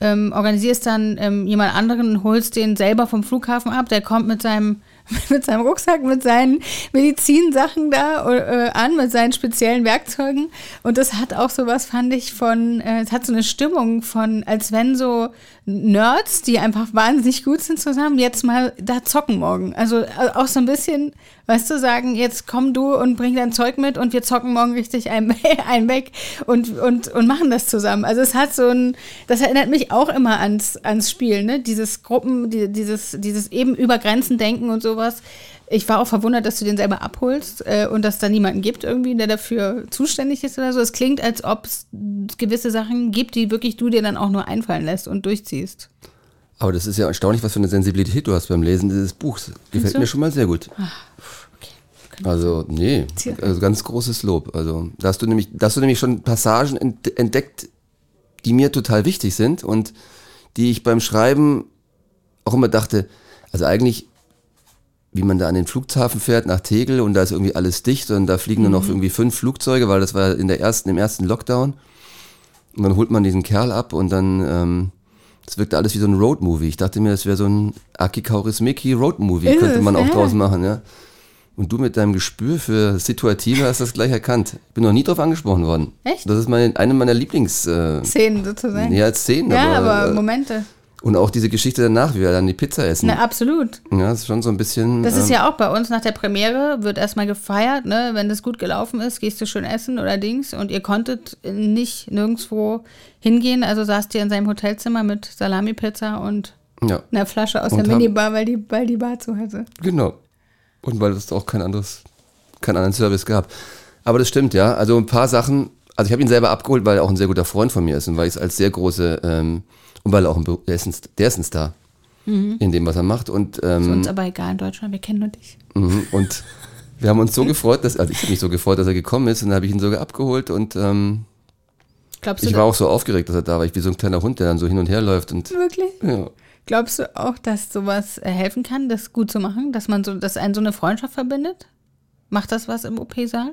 [SPEAKER 1] ähm, organisierst dann ähm, jemand anderen und holst den selber vom Flughafen ab. Der kommt mit seinem, mit seinem Rucksack, mit seinen Medizinsachen da äh, an, mit seinen speziellen Werkzeugen. Und das hat auch sowas, fand ich, von, äh, es hat so eine Stimmung von, als wenn so Nerds, die einfach wahnsinnig gut sind zusammen, jetzt mal da zocken morgen. Also äh, auch so ein bisschen Weißt du, sagen, jetzt komm du und bring dein Zeug mit und wir zocken morgen richtig ein, ein weg und, und, und machen das zusammen. Also es hat so ein, das erinnert mich auch immer ans, ans Spiel, ne? Dieses Gruppen, die, dieses, dieses eben über Grenzen denken und sowas. Ich war auch verwundert, dass du den selber abholst äh, und dass da niemanden gibt irgendwie, der dafür zuständig ist oder so. Es klingt, als ob es gewisse Sachen gibt, die wirklich du dir dann auch nur einfallen lässt und durchziehst.
[SPEAKER 2] Aber das ist ja erstaunlich, was für eine Sensibilität du hast beim Lesen dieses Buchs. Gefällt
[SPEAKER 1] du?
[SPEAKER 2] mir schon mal sehr gut.
[SPEAKER 1] Okay.
[SPEAKER 2] Also, nee,
[SPEAKER 1] Tja.
[SPEAKER 2] also ganz großes Lob. Also, da hast du nämlich, da hast du nämlich schon Passagen ent- entdeckt, die mir total wichtig sind und die ich beim Schreiben auch immer dachte, also eigentlich, wie man da an den Flughafen fährt nach Tegel und da ist irgendwie alles dicht und da fliegen
[SPEAKER 1] Mhm.
[SPEAKER 2] nur noch irgendwie fünf Flugzeuge, weil das war in der ersten, im ersten Lockdown. Und dann holt man diesen Kerl ab und dann, ähm, das wirkte alles wie so ein Roadmovie. Ich dachte mir, das wäre so ein Aki Kaurismäki Roadmovie,
[SPEAKER 1] Ist
[SPEAKER 2] könnte
[SPEAKER 1] es,
[SPEAKER 2] man auch
[SPEAKER 1] ja.
[SPEAKER 2] draus machen, ja. Und du mit deinem Gespür für das Situative hast das gleich erkannt. Ich bin noch nie drauf angesprochen worden.
[SPEAKER 1] Echt?
[SPEAKER 2] Das ist meine, eine meiner Lieblings, äh,
[SPEAKER 1] Szenen sozusagen.
[SPEAKER 2] ja, Szenen.
[SPEAKER 1] ja,
[SPEAKER 2] aber,
[SPEAKER 1] aber
[SPEAKER 2] äh,
[SPEAKER 1] Momente.
[SPEAKER 2] und auch diese Geschichte danach, wie wir dann die Pizza essen.
[SPEAKER 1] Na, absolut.
[SPEAKER 2] Ja, das ist schon so ein bisschen.
[SPEAKER 1] Das ist
[SPEAKER 2] ähm,
[SPEAKER 1] ja auch bei uns nach der Premiere, wird erstmal gefeiert, ne? Wenn das gut gelaufen ist, gehst du schön essen oder Dings. Und ihr konntet nicht nirgendwo hingehen, also saßt ihr in seinem Hotelzimmer mit Salami-Pizza und
[SPEAKER 2] ähm, ja.
[SPEAKER 1] einer Flasche aus
[SPEAKER 2] Und
[SPEAKER 1] der
[SPEAKER 2] haben-
[SPEAKER 1] Minibar, weil die, weil die Bar zu hatte.
[SPEAKER 2] Genau. Und weil es auch kein anderes, keinen anderen Service gab. Aber das stimmt, ja. Also ein paar Sachen. Also ich habe ihn selber abgeholt, weil er auch ein sehr guter Freund von mir ist und weil ich es als sehr große ähm, und weil er auch ein, Be- der ist ein, St- der ist ein Star
[SPEAKER 1] Mhm.
[SPEAKER 2] in dem, was er macht. Und,
[SPEAKER 1] Ist
[SPEAKER 2] ähm,
[SPEAKER 1] uns aber egal in Deutschland, wir kennen nur dich.
[SPEAKER 2] mhm. und wir haben uns so gefreut, dass, also ich habe mich so gefreut, dass er gekommen ist und dann habe ich ihn sogar abgeholt und ähm,
[SPEAKER 1] Glaubst du
[SPEAKER 2] ich
[SPEAKER 1] da-
[SPEAKER 2] war auch so aufgeregt, dass er da war. Ich wie so ein kleiner Hund, der dann so hin und her läuft und
[SPEAKER 1] wirklich?
[SPEAKER 2] ja.
[SPEAKER 1] Glaubst du auch, dass sowas äh, helfen kann, das gut zu machen, dass man so, dass einen so eine Freundschaft verbindet? Macht das was im OP-Saal?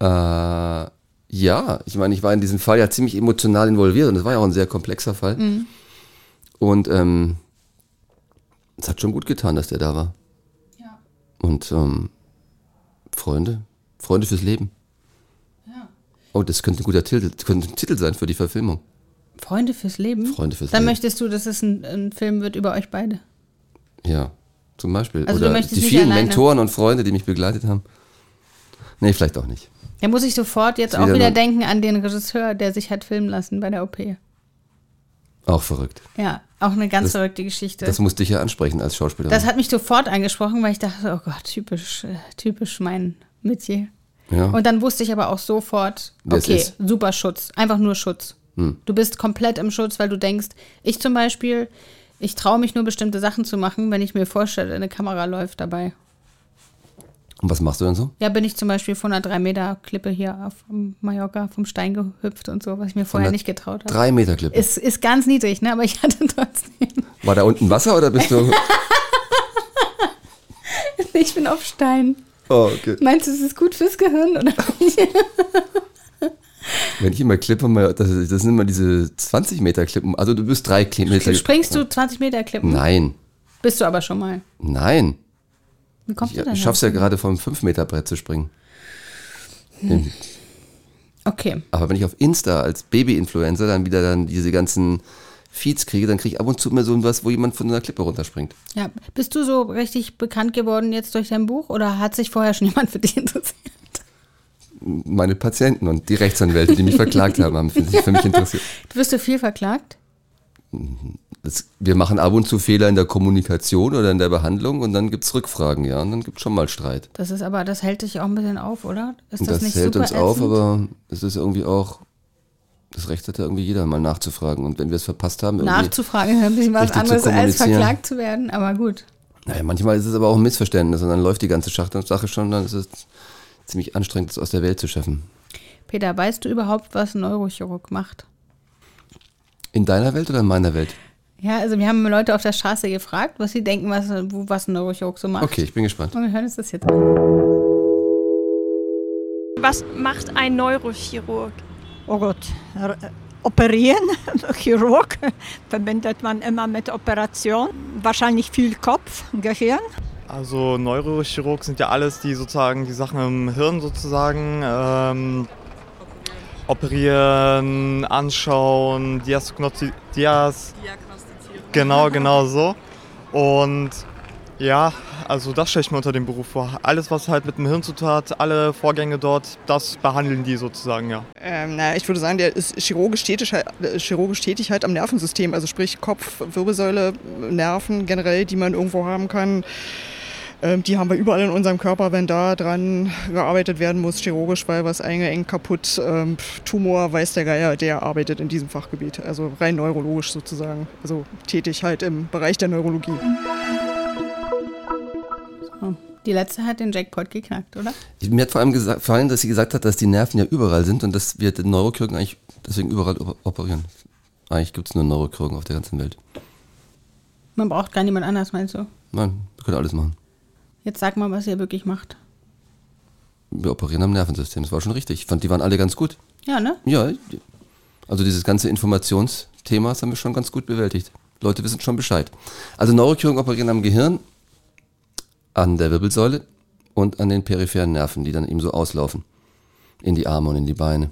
[SPEAKER 2] Äh, ja, ich meine, ich war in diesem Fall ja ziemlich emotional involviert und es war ja auch ein sehr komplexer Fall. Und ähm, es hat schon gut getan, dass der da war.
[SPEAKER 1] Ja.
[SPEAKER 2] Und ähm, Freunde, Freunde fürs Leben. Oh, das könnte ein guter Titel, das könnte ein Titel sein für die Verfilmung.
[SPEAKER 1] Freunde fürs Leben?
[SPEAKER 2] Freunde fürs
[SPEAKER 1] Dann
[SPEAKER 2] Leben.
[SPEAKER 1] möchtest du, dass es ein, ein Film wird über euch beide.
[SPEAKER 2] Ja, zum Beispiel.
[SPEAKER 1] Also du
[SPEAKER 2] Oder
[SPEAKER 1] möchtest
[SPEAKER 2] die
[SPEAKER 1] nicht
[SPEAKER 2] vielen
[SPEAKER 1] alleine-
[SPEAKER 2] Mentoren und Freunde, die mich begleitet haben. Nee, vielleicht auch nicht.
[SPEAKER 1] Da muss ich sofort jetzt
[SPEAKER 2] Ist
[SPEAKER 1] auch
[SPEAKER 2] wieder
[SPEAKER 1] wieder
[SPEAKER 2] nur-
[SPEAKER 1] denken an den Regisseur, der sich hat filmen lassen bei der OP.
[SPEAKER 2] Auch verrückt.
[SPEAKER 1] Ja, auch eine ganz
[SPEAKER 2] Das-
[SPEAKER 1] verrückte Geschichte.
[SPEAKER 2] Das musste ich ja ansprechen als Schauspielerin.
[SPEAKER 1] Das hat mich sofort angesprochen, weil ich dachte, oh Gott, typisch, äh, typisch mein Metier.
[SPEAKER 2] ja.
[SPEAKER 1] Und dann wusste ich aber auch sofort,
[SPEAKER 2] Wer es
[SPEAKER 1] okay,
[SPEAKER 2] ist. Hm.
[SPEAKER 1] super Schutz, einfach nur Schutz. Du bist komplett im Schutz, weil du denkst, ich zum Beispiel, ich traue mich nur bestimmte Sachen zu machen, wenn ich mir vorstelle, eine Kamera läuft dabei.
[SPEAKER 2] und was machst du dann so?
[SPEAKER 1] Ja, bin ich zum Beispiel von einer 3-Meter-Klippe hier auf Mallorca vom Stein gehüpft und so, was ich mir vorher
[SPEAKER 2] einer
[SPEAKER 1] nicht getraut habe.
[SPEAKER 2] Drei Meter Klippe.
[SPEAKER 1] Ist, ist ganz niedrig, ne? aber ich hatte trotzdem.
[SPEAKER 2] War da unten Wasser oder bist du.
[SPEAKER 1] Ich bin auf Stein.
[SPEAKER 2] Oh, okay.
[SPEAKER 1] Meinst du, es ist gut fürs Gehirn? Oder?
[SPEAKER 2] Wenn ich immer Klippe, mal- das, das sind immer diese 20 Meter Klippen. Also du bist drei Kli- Meter.
[SPEAKER 1] Springst du 20 Meter Klippen?
[SPEAKER 2] Nein,
[SPEAKER 1] Bist du aber schon mal.
[SPEAKER 2] nein.
[SPEAKER 1] Wie kommst
[SPEAKER 2] Ich, äh,
[SPEAKER 1] du denn
[SPEAKER 2] ich schaff's ja gerade vom 5 Meter Brett zu springen. Im-
[SPEAKER 1] Okay.
[SPEAKER 2] Aber wenn ich auf Insta als Baby-Influencer dann wieder dann diese ganzen Feeds kriege, dann kriege ich ab und zu immer so was, wo jemand von einer Klippe runterspringt.
[SPEAKER 1] Ja. Bist du so richtig bekannt geworden jetzt durch dein Buch oder hat sich vorher schon jemand für dich interessiert?
[SPEAKER 2] Meine Patienten und die Rechtsanwälte, die mich verklagt haben, haben sich für mich interessiert.
[SPEAKER 1] Wirst du viel verklagt?
[SPEAKER 2] Das, wir machen ab und zu Fehler in der Kommunikation oder in der Behandlung und dann gibt's Rückfragen, ja, und dann gibt's schon mal Streit.
[SPEAKER 1] Das ist aber, das hält dich auch ein bisschen auf, oder? Ist
[SPEAKER 2] Und das
[SPEAKER 1] nicht
[SPEAKER 2] hält
[SPEAKER 1] super
[SPEAKER 2] uns auf,
[SPEAKER 1] ätzend?
[SPEAKER 2] aber es ist irgendwie auch, das Recht hat ja irgendwie jeder mal nachzufragen. Und wenn wir es verpasst haben, irgendwie.
[SPEAKER 1] nachzufragen, ist ein bisschen was
[SPEAKER 2] richtig zu
[SPEAKER 1] anderes als
[SPEAKER 2] kommunizieren.
[SPEAKER 1] verklagt zu werden, aber gut.
[SPEAKER 2] naja, manchmal ist es aber auch ein Missverständnis und dann läuft die ganze Schachtel- Sache schon, dann ist es ziemlich anstrengend, das aus der Welt zu schaffen.
[SPEAKER 1] Peter, weißt du überhaupt, was ein Neurochirurg macht?
[SPEAKER 2] In deiner Welt oder in meiner Welt?
[SPEAKER 1] Ja, also wir haben Leute auf der Straße gefragt, was sie denken, was, wo, was ein Neurochirurg so macht.
[SPEAKER 2] Okay, ich bin gespannt.
[SPEAKER 1] Und wir hören uns das jetzt an.
[SPEAKER 3] Was macht ein Neurochirurg?
[SPEAKER 4] Oh Gott, r- operieren, Chirurg, verbindet man immer mit Operation. Wahrscheinlich viel Kopf, Gehirn.
[SPEAKER 5] Also Neurochirurg sind ja alles, die sozusagen die Sachen im Hirn sozusagen ähm, operieren, anschauen, diagnostizieren. Dias, genau, genau so. Und ja, Also das stelle ich mir unter dem Beruf vor. Alles, was halt mit dem Hirn zu tun hat, alle Vorgänge dort, das behandeln die sozusagen, ja.
[SPEAKER 6] Ähm, naja, ich würde sagen, der ist chirurgisch tätig, halt- äh, chirurgisch tätig halt am Nervensystem. Also sprich Kopf, Wirbelsäule, Nerven generell, die man irgendwo haben kann. Ähm, die haben wir überall in unserem Körper, wenn da dran gearbeitet werden muss, chirurgisch, weil was eingeengt, kaputt, ähm, pf, Tumor, weiß der Geier, der arbeitet in diesem Fachgebiet. Also rein neurologisch sozusagen. Also tätig halt im Bereich der Neurologie.
[SPEAKER 1] Oh, Die letzte hat den Jackpot geknackt, oder?
[SPEAKER 2] Ich, mir hat vor allem gesagt, vor allem, dass sie gesagt hat, dass die Nerven ja überall sind und dass wir den Neurochirurgen eigentlich deswegen überall o- operieren. Eigentlich gibt es nur Neurochirurgen auf der ganzen Welt.
[SPEAKER 1] Man braucht gar niemand anders, meinst du?
[SPEAKER 2] Nein, wir können alles machen.
[SPEAKER 1] Jetzt sag mal, was ihr wirklich macht.
[SPEAKER 2] Wir operieren am Nervensystem, das war schon richtig. Ich fand, die waren alle ganz gut.
[SPEAKER 1] Ja, ne?
[SPEAKER 2] Ja, also dieses ganze Informationsthema das haben wir schon ganz gut bewältigt. Leute wissen schon Bescheid. Also Neurochirurgen operieren am Gehirn, an der Wirbelsäule und an den peripheren Nerven, die dann eben so auslaufen. In die Arme und in die Beine.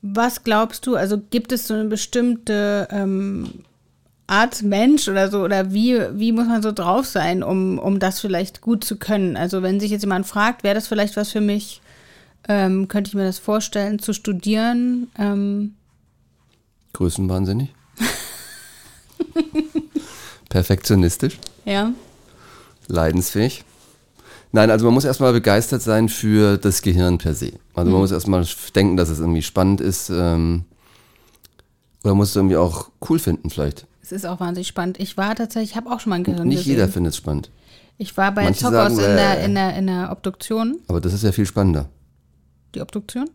[SPEAKER 1] Was glaubst du, also gibt es so eine bestimmte ähm, Art Mensch oder so, oder wie, wie muss man so drauf sein, um, um das vielleicht gut zu können? Also wenn sich jetzt jemand fragt, wäre das vielleicht was für mich, ähm, könnte ich mir das vorstellen, zu studieren? Ähm,
[SPEAKER 2] Größenwahnsinnig. Perfektionistisch.
[SPEAKER 1] ja.
[SPEAKER 2] Leidensfähig. Nein, also man muss erstmal begeistert sein für das Gehirn per se. Also
[SPEAKER 1] Mhm.
[SPEAKER 2] man muss erstmal denken, dass es irgendwie spannend ist. Ähm, oder muss es irgendwie auch cool finden vielleicht.
[SPEAKER 1] Es ist auch wahnsinnig spannend. Ich war tatsächlich, ich habe auch schon mal ein Gehirn
[SPEAKER 2] Nicht
[SPEAKER 1] gesehen.
[SPEAKER 2] jeder findet es spannend.
[SPEAKER 1] Ich war bei
[SPEAKER 2] Manche
[SPEAKER 1] Topos in
[SPEAKER 2] sagen,
[SPEAKER 1] der,
[SPEAKER 2] äh.
[SPEAKER 1] in, der, in der Obduktion.
[SPEAKER 2] Aber das ist ja viel spannender.
[SPEAKER 1] Die Obduktion?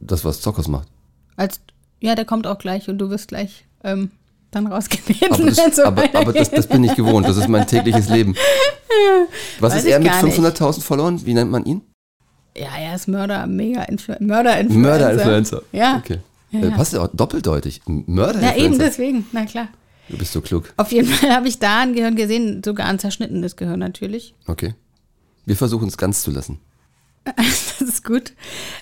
[SPEAKER 2] Das, was Zockers macht.
[SPEAKER 1] Als, ja, der kommt auch gleich und du wirst gleich ähm, dann rausgebeten.
[SPEAKER 2] Aber,
[SPEAKER 1] wenn's
[SPEAKER 2] das,
[SPEAKER 1] so
[SPEAKER 2] aber, aber das, das bin ich gewohnt. Das ist mein tägliches Leben. Was
[SPEAKER 1] Weiß
[SPEAKER 2] ist
[SPEAKER 1] ich
[SPEAKER 2] er mit
[SPEAKER 1] gar nicht.
[SPEAKER 2] 500.000 Followern? Wie nennt man ihn?
[SPEAKER 1] Ja, er ist Mörder, mega Influ Mörder-Influencer.
[SPEAKER 2] Mörder-Influencer.
[SPEAKER 1] Ja.
[SPEAKER 2] Okay.
[SPEAKER 1] Ja,
[SPEAKER 2] Äh,
[SPEAKER 1] ja.
[SPEAKER 2] passt ja auch doppeldeutig.
[SPEAKER 1] Na
[SPEAKER 2] Mörder-Influencer.
[SPEAKER 1] eben, deswegen, na klar.
[SPEAKER 2] Du bist so klug.
[SPEAKER 1] Auf jeden Fall habe ich da ein Gehirn gesehen, sogar ein zerschnittenes Gehirn natürlich.
[SPEAKER 2] Okay. Wir versuchen es ganz zu lassen.
[SPEAKER 1] Das ist gut.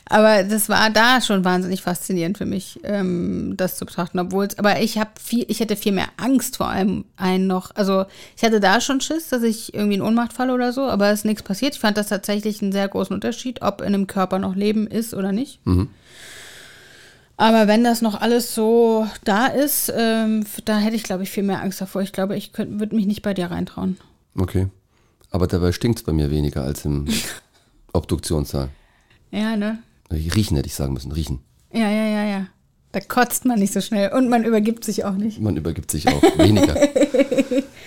[SPEAKER 1] Aber das war da schon wahnsinnig faszinierend für mich, ähm, das zu betrachten. Obwohl es, aber ich habe viel, ich hätte viel mehr Angst vor allem einen noch. Also ich hatte da schon Schiss, dass ich irgendwie in Ohnmacht falle oder so, aber es ist nichts passiert. Ich fand das tatsächlich einen sehr großen Unterschied, ob in einem Körper noch Leben ist oder nicht. Aber wenn das noch alles so da ist, ähm, f- da hätte ich, glaube ich, viel mehr Angst davor. Ich glaube, ich würde mich nicht bei dir reintrauen.
[SPEAKER 2] Okay. Aber dabei stinkt es bei mir weniger als im Obduktionssaal.
[SPEAKER 1] Ja, ne?
[SPEAKER 2] Riechen hätte ich sagen müssen. Riechen.
[SPEAKER 1] Ja, ja, ja, ja. Da kotzt man nicht so schnell und man übergibt sich auch nicht.
[SPEAKER 2] Man übergibt sich auch weniger.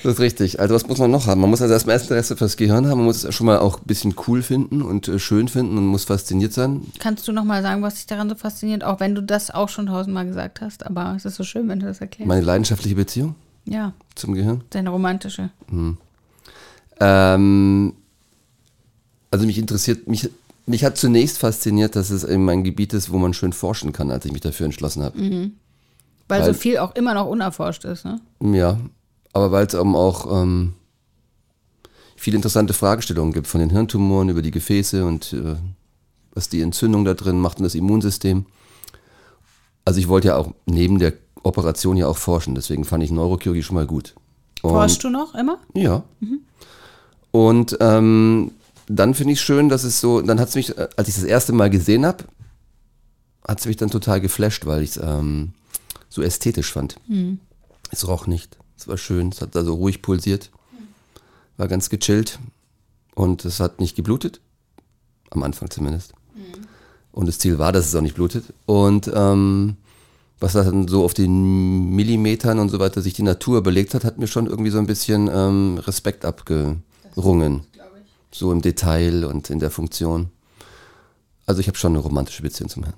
[SPEAKER 2] Das ist richtig. Also was muss man noch haben? Man muss also erstmal Interesse fürs Gehirn haben. Man muss es schon mal auch ein bisschen cool finden und äh, schön finden und muss fasziniert sein.
[SPEAKER 1] Kannst du nochmal sagen, was dich daran so fasziniert? Auch wenn du das auch schon tausendmal gesagt hast, aber es ist so schön, wenn du das erklärst.
[SPEAKER 2] Meine leidenschaftliche Beziehung
[SPEAKER 1] ja,
[SPEAKER 2] zum Gehirn.
[SPEAKER 1] deine romantische.
[SPEAKER 2] Ähm, also mich interessiert, mich, mich hat zunächst fasziniert, dass es eben ein Gebiet ist, wo man schön forschen kann, als ich mich dafür entschlossen habe.
[SPEAKER 1] Weil, so
[SPEAKER 2] Weil-
[SPEAKER 1] viel auch immer noch unerforscht ist, ne?
[SPEAKER 2] Ja, aber weil es eben auch ähm, viele interessante Fragestellungen gibt, von den Hirntumoren über die Gefäße und äh, was die Entzündung da drin macht und das Immunsystem. Also ich wollte ja auch neben der Operation ja auch forschen, deswegen fand ich Neurochirurgie schon mal gut. Und-
[SPEAKER 1] Forschst du noch immer?
[SPEAKER 2] ja. Mhm. Und ähm, dann finde ich schön, dass es so, dann hat es mich, äh, als ich das erste Mal gesehen habe, hat es mich dann total geflasht, weil ich es ähm, so ästhetisch fand. Es roch nicht. Es war schön, es hat also ruhig pulsiert. War ganz gechillt. Und es hat nicht geblutet. Am Anfang zumindest. Und das Ziel war, dass es auch nicht blutet. Und ähm, was das dann so auf den Millimetern und so weiter sich die Natur belegt hat, hat mir schon irgendwie so ein bisschen ähm, Respekt abgerungen. So im Detail und in der Funktion. Also ich habe schon eine romantische Beziehung zum Herrn.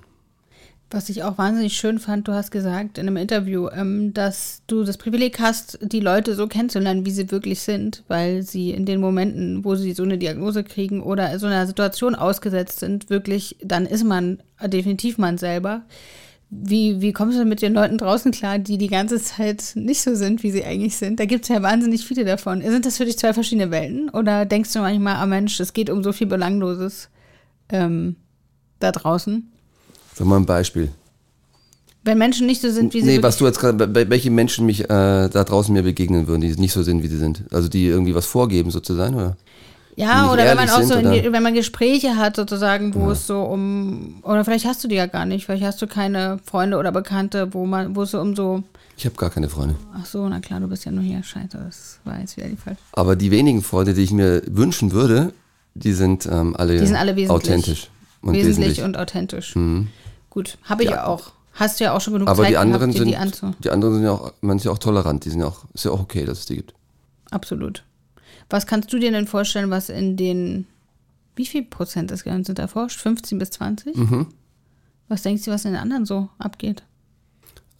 [SPEAKER 1] Was ich auch wahnsinnig schön fand, du hast gesagt in einem Interview, ähm, dass du das Privileg hast, die Leute so kennenzulernen, wie sie wirklich sind, weil sie in den Momenten, wo sie so eine Diagnose kriegen oder so einer Situation ausgesetzt sind, wirklich, dann ist man definitiv man selber. Wie, wie kommst du denn mit den Leuten draußen klar, die die ganze Zeit nicht so sind, wie sie eigentlich sind? Da gibt es ja wahnsinnig viele davon. Sind das für dich zwei verschiedene Welten? Oder denkst du manchmal, ah Mensch, es geht um so viel Belangloses ähm, da draußen?
[SPEAKER 2] Sag mal ein Beispiel.
[SPEAKER 1] Wenn Menschen nicht so sind, wie sie
[SPEAKER 2] Nee,
[SPEAKER 1] wirklich-
[SPEAKER 2] was du jetzt gerade, wel- welche Menschen mich äh, da draußen mir begegnen würden, die nicht so sind, wie sie sind. Also die irgendwie was vorgeben sozusagen, oder? die
[SPEAKER 1] Ja,
[SPEAKER 2] nicht
[SPEAKER 1] oder wenn man
[SPEAKER 2] ehrlich
[SPEAKER 1] auch
[SPEAKER 2] sind,
[SPEAKER 1] so, in
[SPEAKER 2] oder?
[SPEAKER 1] die, wenn man Gespräche hat sozusagen, wo es so um, oder vielleicht hast du die ja gar nicht, vielleicht hast du keine Freunde oder Bekannte, wo man, wo es so um so,
[SPEAKER 2] Ich habe gar keine Freunde.
[SPEAKER 1] ach so, na klar, du bist ja nur hier, scheiße, das war jetzt wieder die falsche.
[SPEAKER 2] Aber die wenigen Freunde, die ich mir wünschen würde, die sind ähm, alle
[SPEAKER 1] Die sind alle wesentlich.
[SPEAKER 2] authentisch und
[SPEAKER 1] wesentlich,
[SPEAKER 2] wesentlich. Mhm.
[SPEAKER 1] und authentisch. Gut, habe ich ja. auch. Hast du ja auch schon genug
[SPEAKER 2] aber
[SPEAKER 1] Zeit
[SPEAKER 2] die anderen
[SPEAKER 1] gehabt, dir
[SPEAKER 2] sind
[SPEAKER 1] die anzu.
[SPEAKER 2] die anderen sind ja auch manche auch tolerant, die sind ja auch ist ja auch okay, dass es die gibt.
[SPEAKER 1] Absolut. Was kannst du dir denn vorstellen, was in den, wie viel Prozent des Gehirns sind erforscht? 15 bis 20?
[SPEAKER 2] Mhm.
[SPEAKER 1] Was denkst du, was in den anderen so abgeht?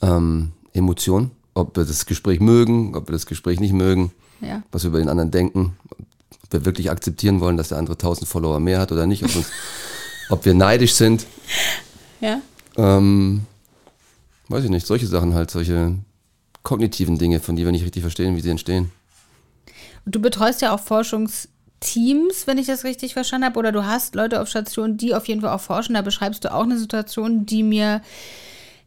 [SPEAKER 2] Ähm, Emotionen, ob wir das Gespräch mögen, ob wir das Gespräch nicht mögen,
[SPEAKER 1] Ja.
[SPEAKER 2] was wir über den anderen denken, ob wir wirklich akzeptieren wollen, dass der andere 1000 Follower mehr hat oder nicht, ob, uns, ob wir neidisch sind,
[SPEAKER 1] Ja.
[SPEAKER 2] ähm, weiß ich nicht, solche Sachen halt, solche kognitiven Dinge, von die wir nicht richtig verstehen, wie sie entstehen.
[SPEAKER 1] Du betreust ja auch Forschungsteams, wenn ich das richtig verstanden habe, oder du hast Leute auf Station, die auf jeden Fall auch forschen. Da beschreibst du auch eine Situation, die mir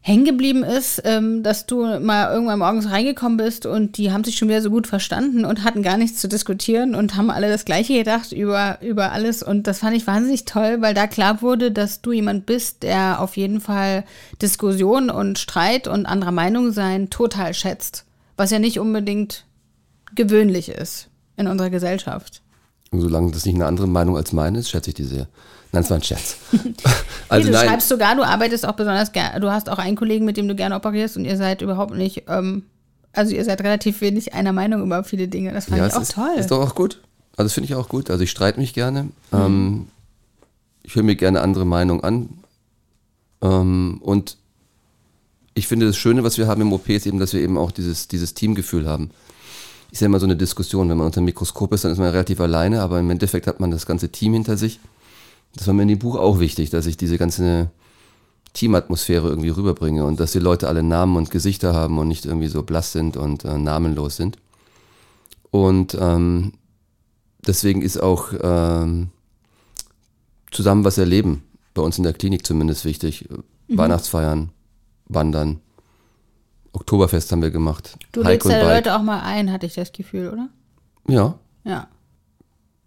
[SPEAKER 1] hängen geblieben ist, ähm, dass du mal irgendwann morgens reingekommen bist und die haben sich schon wieder so gut verstanden und hatten gar nichts zu diskutieren und haben alle das Gleiche gedacht über, über alles. Und das fand ich wahnsinnig toll, weil da klar wurde, dass du jemand bist, der auf jeden Fall Diskussion und Streit und anderer Meinung sein total schätzt. Was ja nicht unbedingt gewöhnlich ist in unserer Gesellschaft.
[SPEAKER 2] Und solange das nicht eine andere Meinung als meine ist, schätze ich die sehr. Nein, es war ein Scherz. Also
[SPEAKER 1] Hier, du schreibst sogar, du arbeitest auch besonders gerne, du hast auch einen Kollegen, mit dem du gerne operierst und ihr seid überhaupt nicht, ähm, also ihr seid relativ wenig einer Meinung über viele Dinge. Das fand
[SPEAKER 2] ja,
[SPEAKER 1] ich
[SPEAKER 2] es
[SPEAKER 1] auch
[SPEAKER 2] ist,
[SPEAKER 1] toll.
[SPEAKER 2] Ist doch auch gut. Also das finde ich auch gut. Also ich streite mich gerne. Ähm, ich höre mir gerne andere Meinungen an. Ähm, und ich finde das Schöne, was wir haben im OP, ist eben, dass wir eben auch dieses, dieses Teamgefühl haben. Ist ja immer so eine Diskussion. Wenn man unter dem Mikroskop ist, dann ist man relativ alleine, aber im Endeffekt hat man das ganze Team hinter sich. Das war mir in dem Buch auch wichtig, dass ich diese ganze Teamatmosphäre irgendwie rüberbringe und dass die Leute alle Namen und Gesichter haben und nicht irgendwie so blass sind und äh, namenlos sind. Und ähm, deswegen ist auch ähm, zusammen was erleben, bei uns in der Klinik zumindest wichtig.
[SPEAKER 1] Mhm.
[SPEAKER 2] Weihnachtsfeiern, Wandern, Oktoberfest haben wir gemacht.
[SPEAKER 1] du
[SPEAKER 2] Hike
[SPEAKER 1] lädst
[SPEAKER 2] und
[SPEAKER 1] ja
[SPEAKER 2] Bike.
[SPEAKER 1] Leute auch mal ein, hatte ich das Gefühl, oder?
[SPEAKER 2] Ja,
[SPEAKER 1] Ja,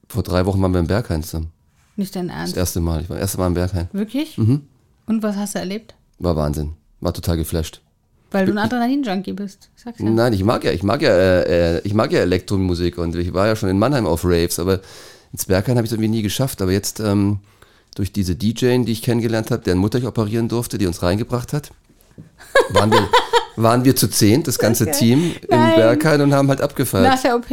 [SPEAKER 2] vor drei Wochen waren wir im Berghain zusammen.
[SPEAKER 1] nicht dein
[SPEAKER 2] Das
[SPEAKER 1] Ernst.
[SPEAKER 2] erste Mal. Ich war das erste Mal im Berghain.
[SPEAKER 1] Wirklich?
[SPEAKER 2] Mhm.
[SPEAKER 1] Und was hast du erlebt?
[SPEAKER 2] War Wahnsinn. War total geflasht.
[SPEAKER 1] Weil du ein Adrenalin-Junkie bist. Ich sag's ja.
[SPEAKER 2] Nein, ich mag ja, ich mag ja, äh, äh, ich mag ja Elektromusik und ich war ja schon in Mannheim auf Raves, aber ins Berghain habe ich es irgendwie nie geschafft. Aber jetzt ähm, durch diese DJin, die ich kennengelernt habe, deren Mutter ich operieren durfte, die uns reingebracht hat, waren wir, waren wir zu zehn, das ganze Team
[SPEAKER 1] Nein.
[SPEAKER 2] im Berghain und haben halt abgefeiert.
[SPEAKER 1] Nach der OP?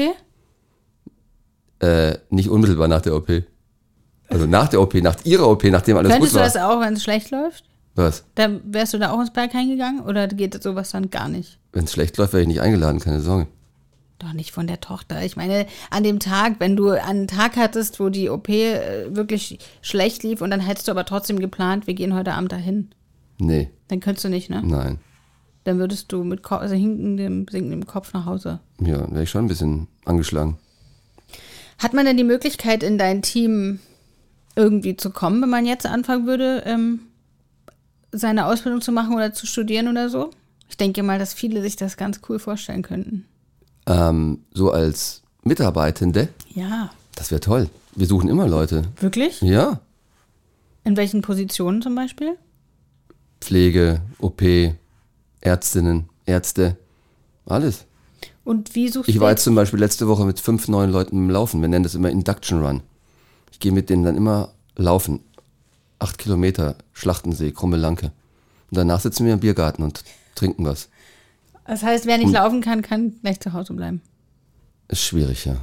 [SPEAKER 2] Äh, nicht unmittelbar nach der OP. Also nach der OP, nach ihrer OP, nachdem alles
[SPEAKER 1] Könntest
[SPEAKER 2] gut
[SPEAKER 1] du
[SPEAKER 2] war.
[SPEAKER 1] das auch, wenn es schlecht läuft?
[SPEAKER 2] Was?
[SPEAKER 1] Dann wärst du da auch ins Berg hingegangen oder geht sowas dann gar nicht?
[SPEAKER 2] Wenn es schlecht läuft, werde ich nicht eingeladen, keine Sorge.
[SPEAKER 1] Doch nicht von der Tochter. Ich meine, an dem Tag, wenn du einen Tag hattest, wo die OP äh, wirklich schlecht lief und dann hättest du aber trotzdem geplant, wir gehen heute Abend dahin.
[SPEAKER 2] Nee,
[SPEAKER 1] Dann könntest du nicht, ne?
[SPEAKER 2] nein.
[SPEAKER 1] Dann würdest du mit Ko also hinkendem, sinkendem Kopf nach Hause.
[SPEAKER 2] Ja, dann wäre ich schon ein bisschen angeschlagen.
[SPEAKER 1] Hat man denn die Möglichkeit, in dein Team irgendwie zu kommen, wenn man jetzt anfangen würde, ähm, seine Ausbildung zu machen oder zu studieren oder so? Ich denke mal, dass viele sich das ganz cool vorstellen könnten.
[SPEAKER 2] Ähm, so als Mitarbeitende,
[SPEAKER 1] Ja.
[SPEAKER 2] das wäre toll. Wir suchen immer Leute.
[SPEAKER 1] Wirklich?
[SPEAKER 2] Ja.
[SPEAKER 1] In welchen Positionen zum Beispiel?
[SPEAKER 2] Pflege, OP, Ärztinnen, Ärzte, alles.
[SPEAKER 1] Und wie suchst
[SPEAKER 2] Ich
[SPEAKER 1] du
[SPEAKER 2] war jetzt zum Beispiel letzte Woche mit fünf neuen Leuten im Laufen. Wir nennen das immer Induction Run. Ich gehe mit denen dann immer laufen. Acht Kilometer, Schlachtensee, Krumme Lanke. Und danach sitzen wir im Biergarten und trinken was.
[SPEAKER 1] Das heißt, wer nicht laufen kann, kann gleich zu Hause bleiben.
[SPEAKER 2] Ist schwierig, ja.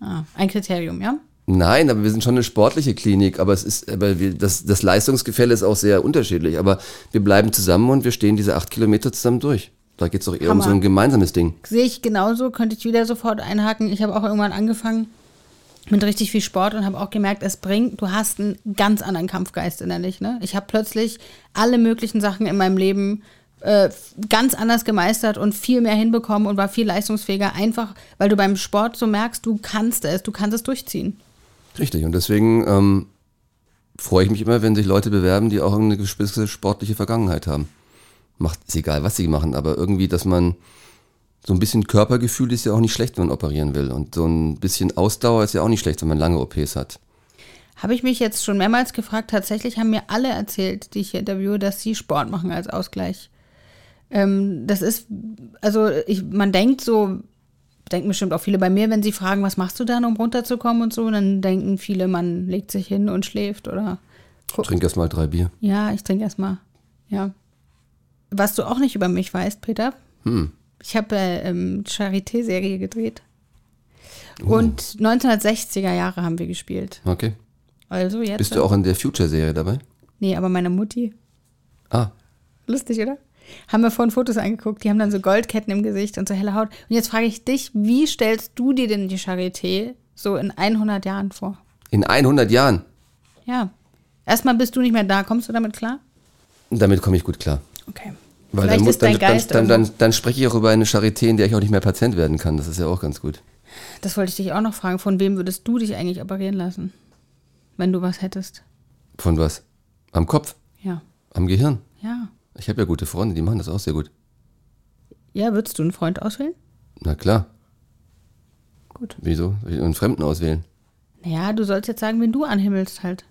[SPEAKER 1] Ah, ein Kriterium, ja?
[SPEAKER 2] Nein, aber wir sind schon eine sportliche Klinik, aber es ist, aber wir, das, das Leistungsgefälle ist auch sehr unterschiedlich. Aber wir bleiben zusammen und wir stehen diese acht Kilometer zusammen durch. Da geht es doch eher um
[SPEAKER 1] Hammer.
[SPEAKER 2] so ein gemeinsames Ding.
[SPEAKER 1] Sehe ich genauso, könnte ich wieder sofort einhaken. Ich habe auch irgendwann angefangen mit richtig viel Sport und habe auch gemerkt, es bringt, du hast einen ganz anderen Kampfgeist innerlich. Ne? Ich habe plötzlich alle möglichen Sachen in meinem Leben äh, ganz anders gemeistert und viel mehr hinbekommen und war viel leistungsfähiger, einfach weil du beim Sport so merkst, du kannst es, du kannst es durchziehen.
[SPEAKER 2] Richtig. Und deswegen ähm, freue ich mich immer, wenn sich Leute bewerben, die auch eine gewisse sportliche Vergangenheit haben. macht, ist egal, was sie machen, aber irgendwie, dass man so ein bisschen Körpergefühl ist ja auch nicht schlecht, wenn man operieren will. Und so ein bisschen Ausdauer ist ja auch nicht schlecht, wenn man lange OPs hat.
[SPEAKER 1] Habe ich mich jetzt schon mehrmals gefragt. Tatsächlich haben mir alle erzählt, die ich hier interviewe, dass sie Sport machen als Ausgleich. Ähm, das ist, also ich, man denkt so, denken bestimmt auch viele bei mir, wenn sie fragen, was machst du dann, um runterzukommen und so, dann denken viele, man legt sich hin und schläft oder guckt.
[SPEAKER 2] Trink erst mal drei Bier.
[SPEAKER 1] Ja, ich trinke erstmal. Ja. Was du auch nicht über mich weißt, Peter,
[SPEAKER 2] Hm,
[SPEAKER 1] ich habe äh, ähm, Charité-Serie gedreht.
[SPEAKER 2] Oh.
[SPEAKER 1] Und 1960er Jahre haben wir gespielt.
[SPEAKER 2] Okay.
[SPEAKER 1] Also jetzt.
[SPEAKER 2] Bist du auch in der Future-Serie dabei?
[SPEAKER 1] Nee, aber meine Mutti.
[SPEAKER 2] Ah,
[SPEAKER 1] Lustig, oder? Haben wir vorhin Fotos angeguckt, die haben dann so Goldketten im Gesicht und so helle Haut. Und jetzt frage ich dich, wie stellst du dir denn die Charité so in 100 Jahren vor?
[SPEAKER 2] in 100 Jahren.
[SPEAKER 1] Ja. Erstmal bist du nicht mehr da, kommst du damit klar?
[SPEAKER 2] Damit komme ich gut klar.
[SPEAKER 1] Okay.
[SPEAKER 2] Weil
[SPEAKER 1] Vielleicht
[SPEAKER 2] dann, muss,
[SPEAKER 1] ist dein
[SPEAKER 2] dann, dann,
[SPEAKER 1] Geist
[SPEAKER 2] dann,
[SPEAKER 1] irgendwo-
[SPEAKER 2] dann, dann spreche ich auch über eine Charité, in der ich auch nicht mehr Patient werden kann. Das ist ja auch ganz gut.
[SPEAKER 1] Das wollte ich dich auch noch fragen. Von wem würdest du dich eigentlich operieren lassen? Wenn du was hättest.
[SPEAKER 2] Von was? Am Kopf?
[SPEAKER 1] Ja.
[SPEAKER 2] Am Gehirn?
[SPEAKER 1] Ja.
[SPEAKER 2] Ich habe ja gute Freunde, die machen das auch sehr gut.
[SPEAKER 1] Ja, würdest du einen Freund auswählen?
[SPEAKER 2] Na klar.
[SPEAKER 1] Gut.
[SPEAKER 2] Wieso? Soll ich einen Fremden auswählen?
[SPEAKER 1] Naja, du sollst jetzt sagen, wen du anhimmelst halt.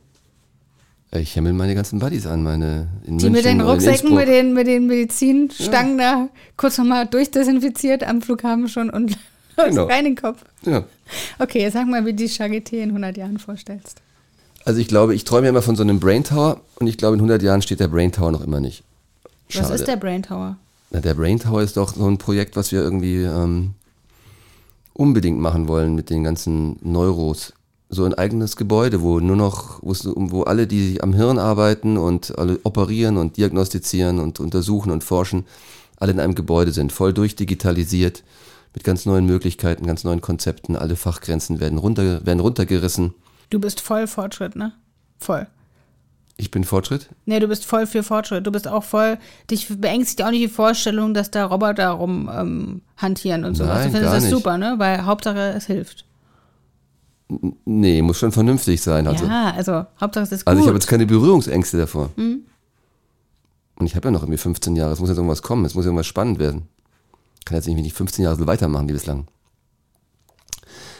[SPEAKER 2] Ich hemmel meine ganzen Buddies an, meine in
[SPEAKER 1] Die
[SPEAKER 2] München
[SPEAKER 1] mit den
[SPEAKER 2] oder in
[SPEAKER 1] Rucksäcken,
[SPEAKER 2] Innsbruck.
[SPEAKER 1] mit den, mit den Medizinstangen da kurz nochmal durchdesinfiziert am Flughafen schon und
[SPEAKER 2] Genau.
[SPEAKER 1] rein in den Kopf.
[SPEAKER 2] Ja.
[SPEAKER 1] Okay, jetzt sag mal, wie du die Charité in 100 Jahren vorstellst.
[SPEAKER 2] Also ich glaube, ich träume ja immer von so einem Brain Tower und ich glaube, in 100 Jahren steht der Brain Tower noch immer nicht. Schade.
[SPEAKER 1] Was ist der Brain Tower?
[SPEAKER 2] Na, der Brain Tower ist doch so ein Projekt, was wir irgendwie ähm, unbedingt machen wollen mit den ganzen Neuros. So ein eigenes Gebäude, wo nur noch, wo, es- wo alle, die am Hirn arbeiten und alle operieren und diagnostizieren und untersuchen und forschen, alle in einem Gebäude sind, voll durchdigitalisiert, mit ganz neuen Möglichkeiten, ganz neuen Konzepten, alle Fachgrenzen werden, runter, werden runtergerissen.
[SPEAKER 1] Du bist voll Fortschritt, ne? Voll.
[SPEAKER 2] Ich bin Fortschritt.
[SPEAKER 1] Nee, du bist voll für Fortschritt. Du bist auch voll. Dich beängstigt auch nicht die Vorstellung, dass da Roboter rum ähm, hantieren und sowas.
[SPEAKER 2] Nein,
[SPEAKER 1] du findest
[SPEAKER 2] gar
[SPEAKER 1] das
[SPEAKER 2] nicht.
[SPEAKER 1] super, ne? Weil Hauptsache es hilft.
[SPEAKER 2] Nee, muss schon vernünftig sein. Also,
[SPEAKER 1] ja, also Hauptsache es ist gut.
[SPEAKER 2] also ich habe jetzt keine Berührungsängste davor. Und ich habe ja noch irgendwie 15 Jahre. Es muss jetzt irgendwas kommen. Es muss irgendwas spannend werden. Kann jetzt nicht mit 15 Jahre so weitermachen wie bislang.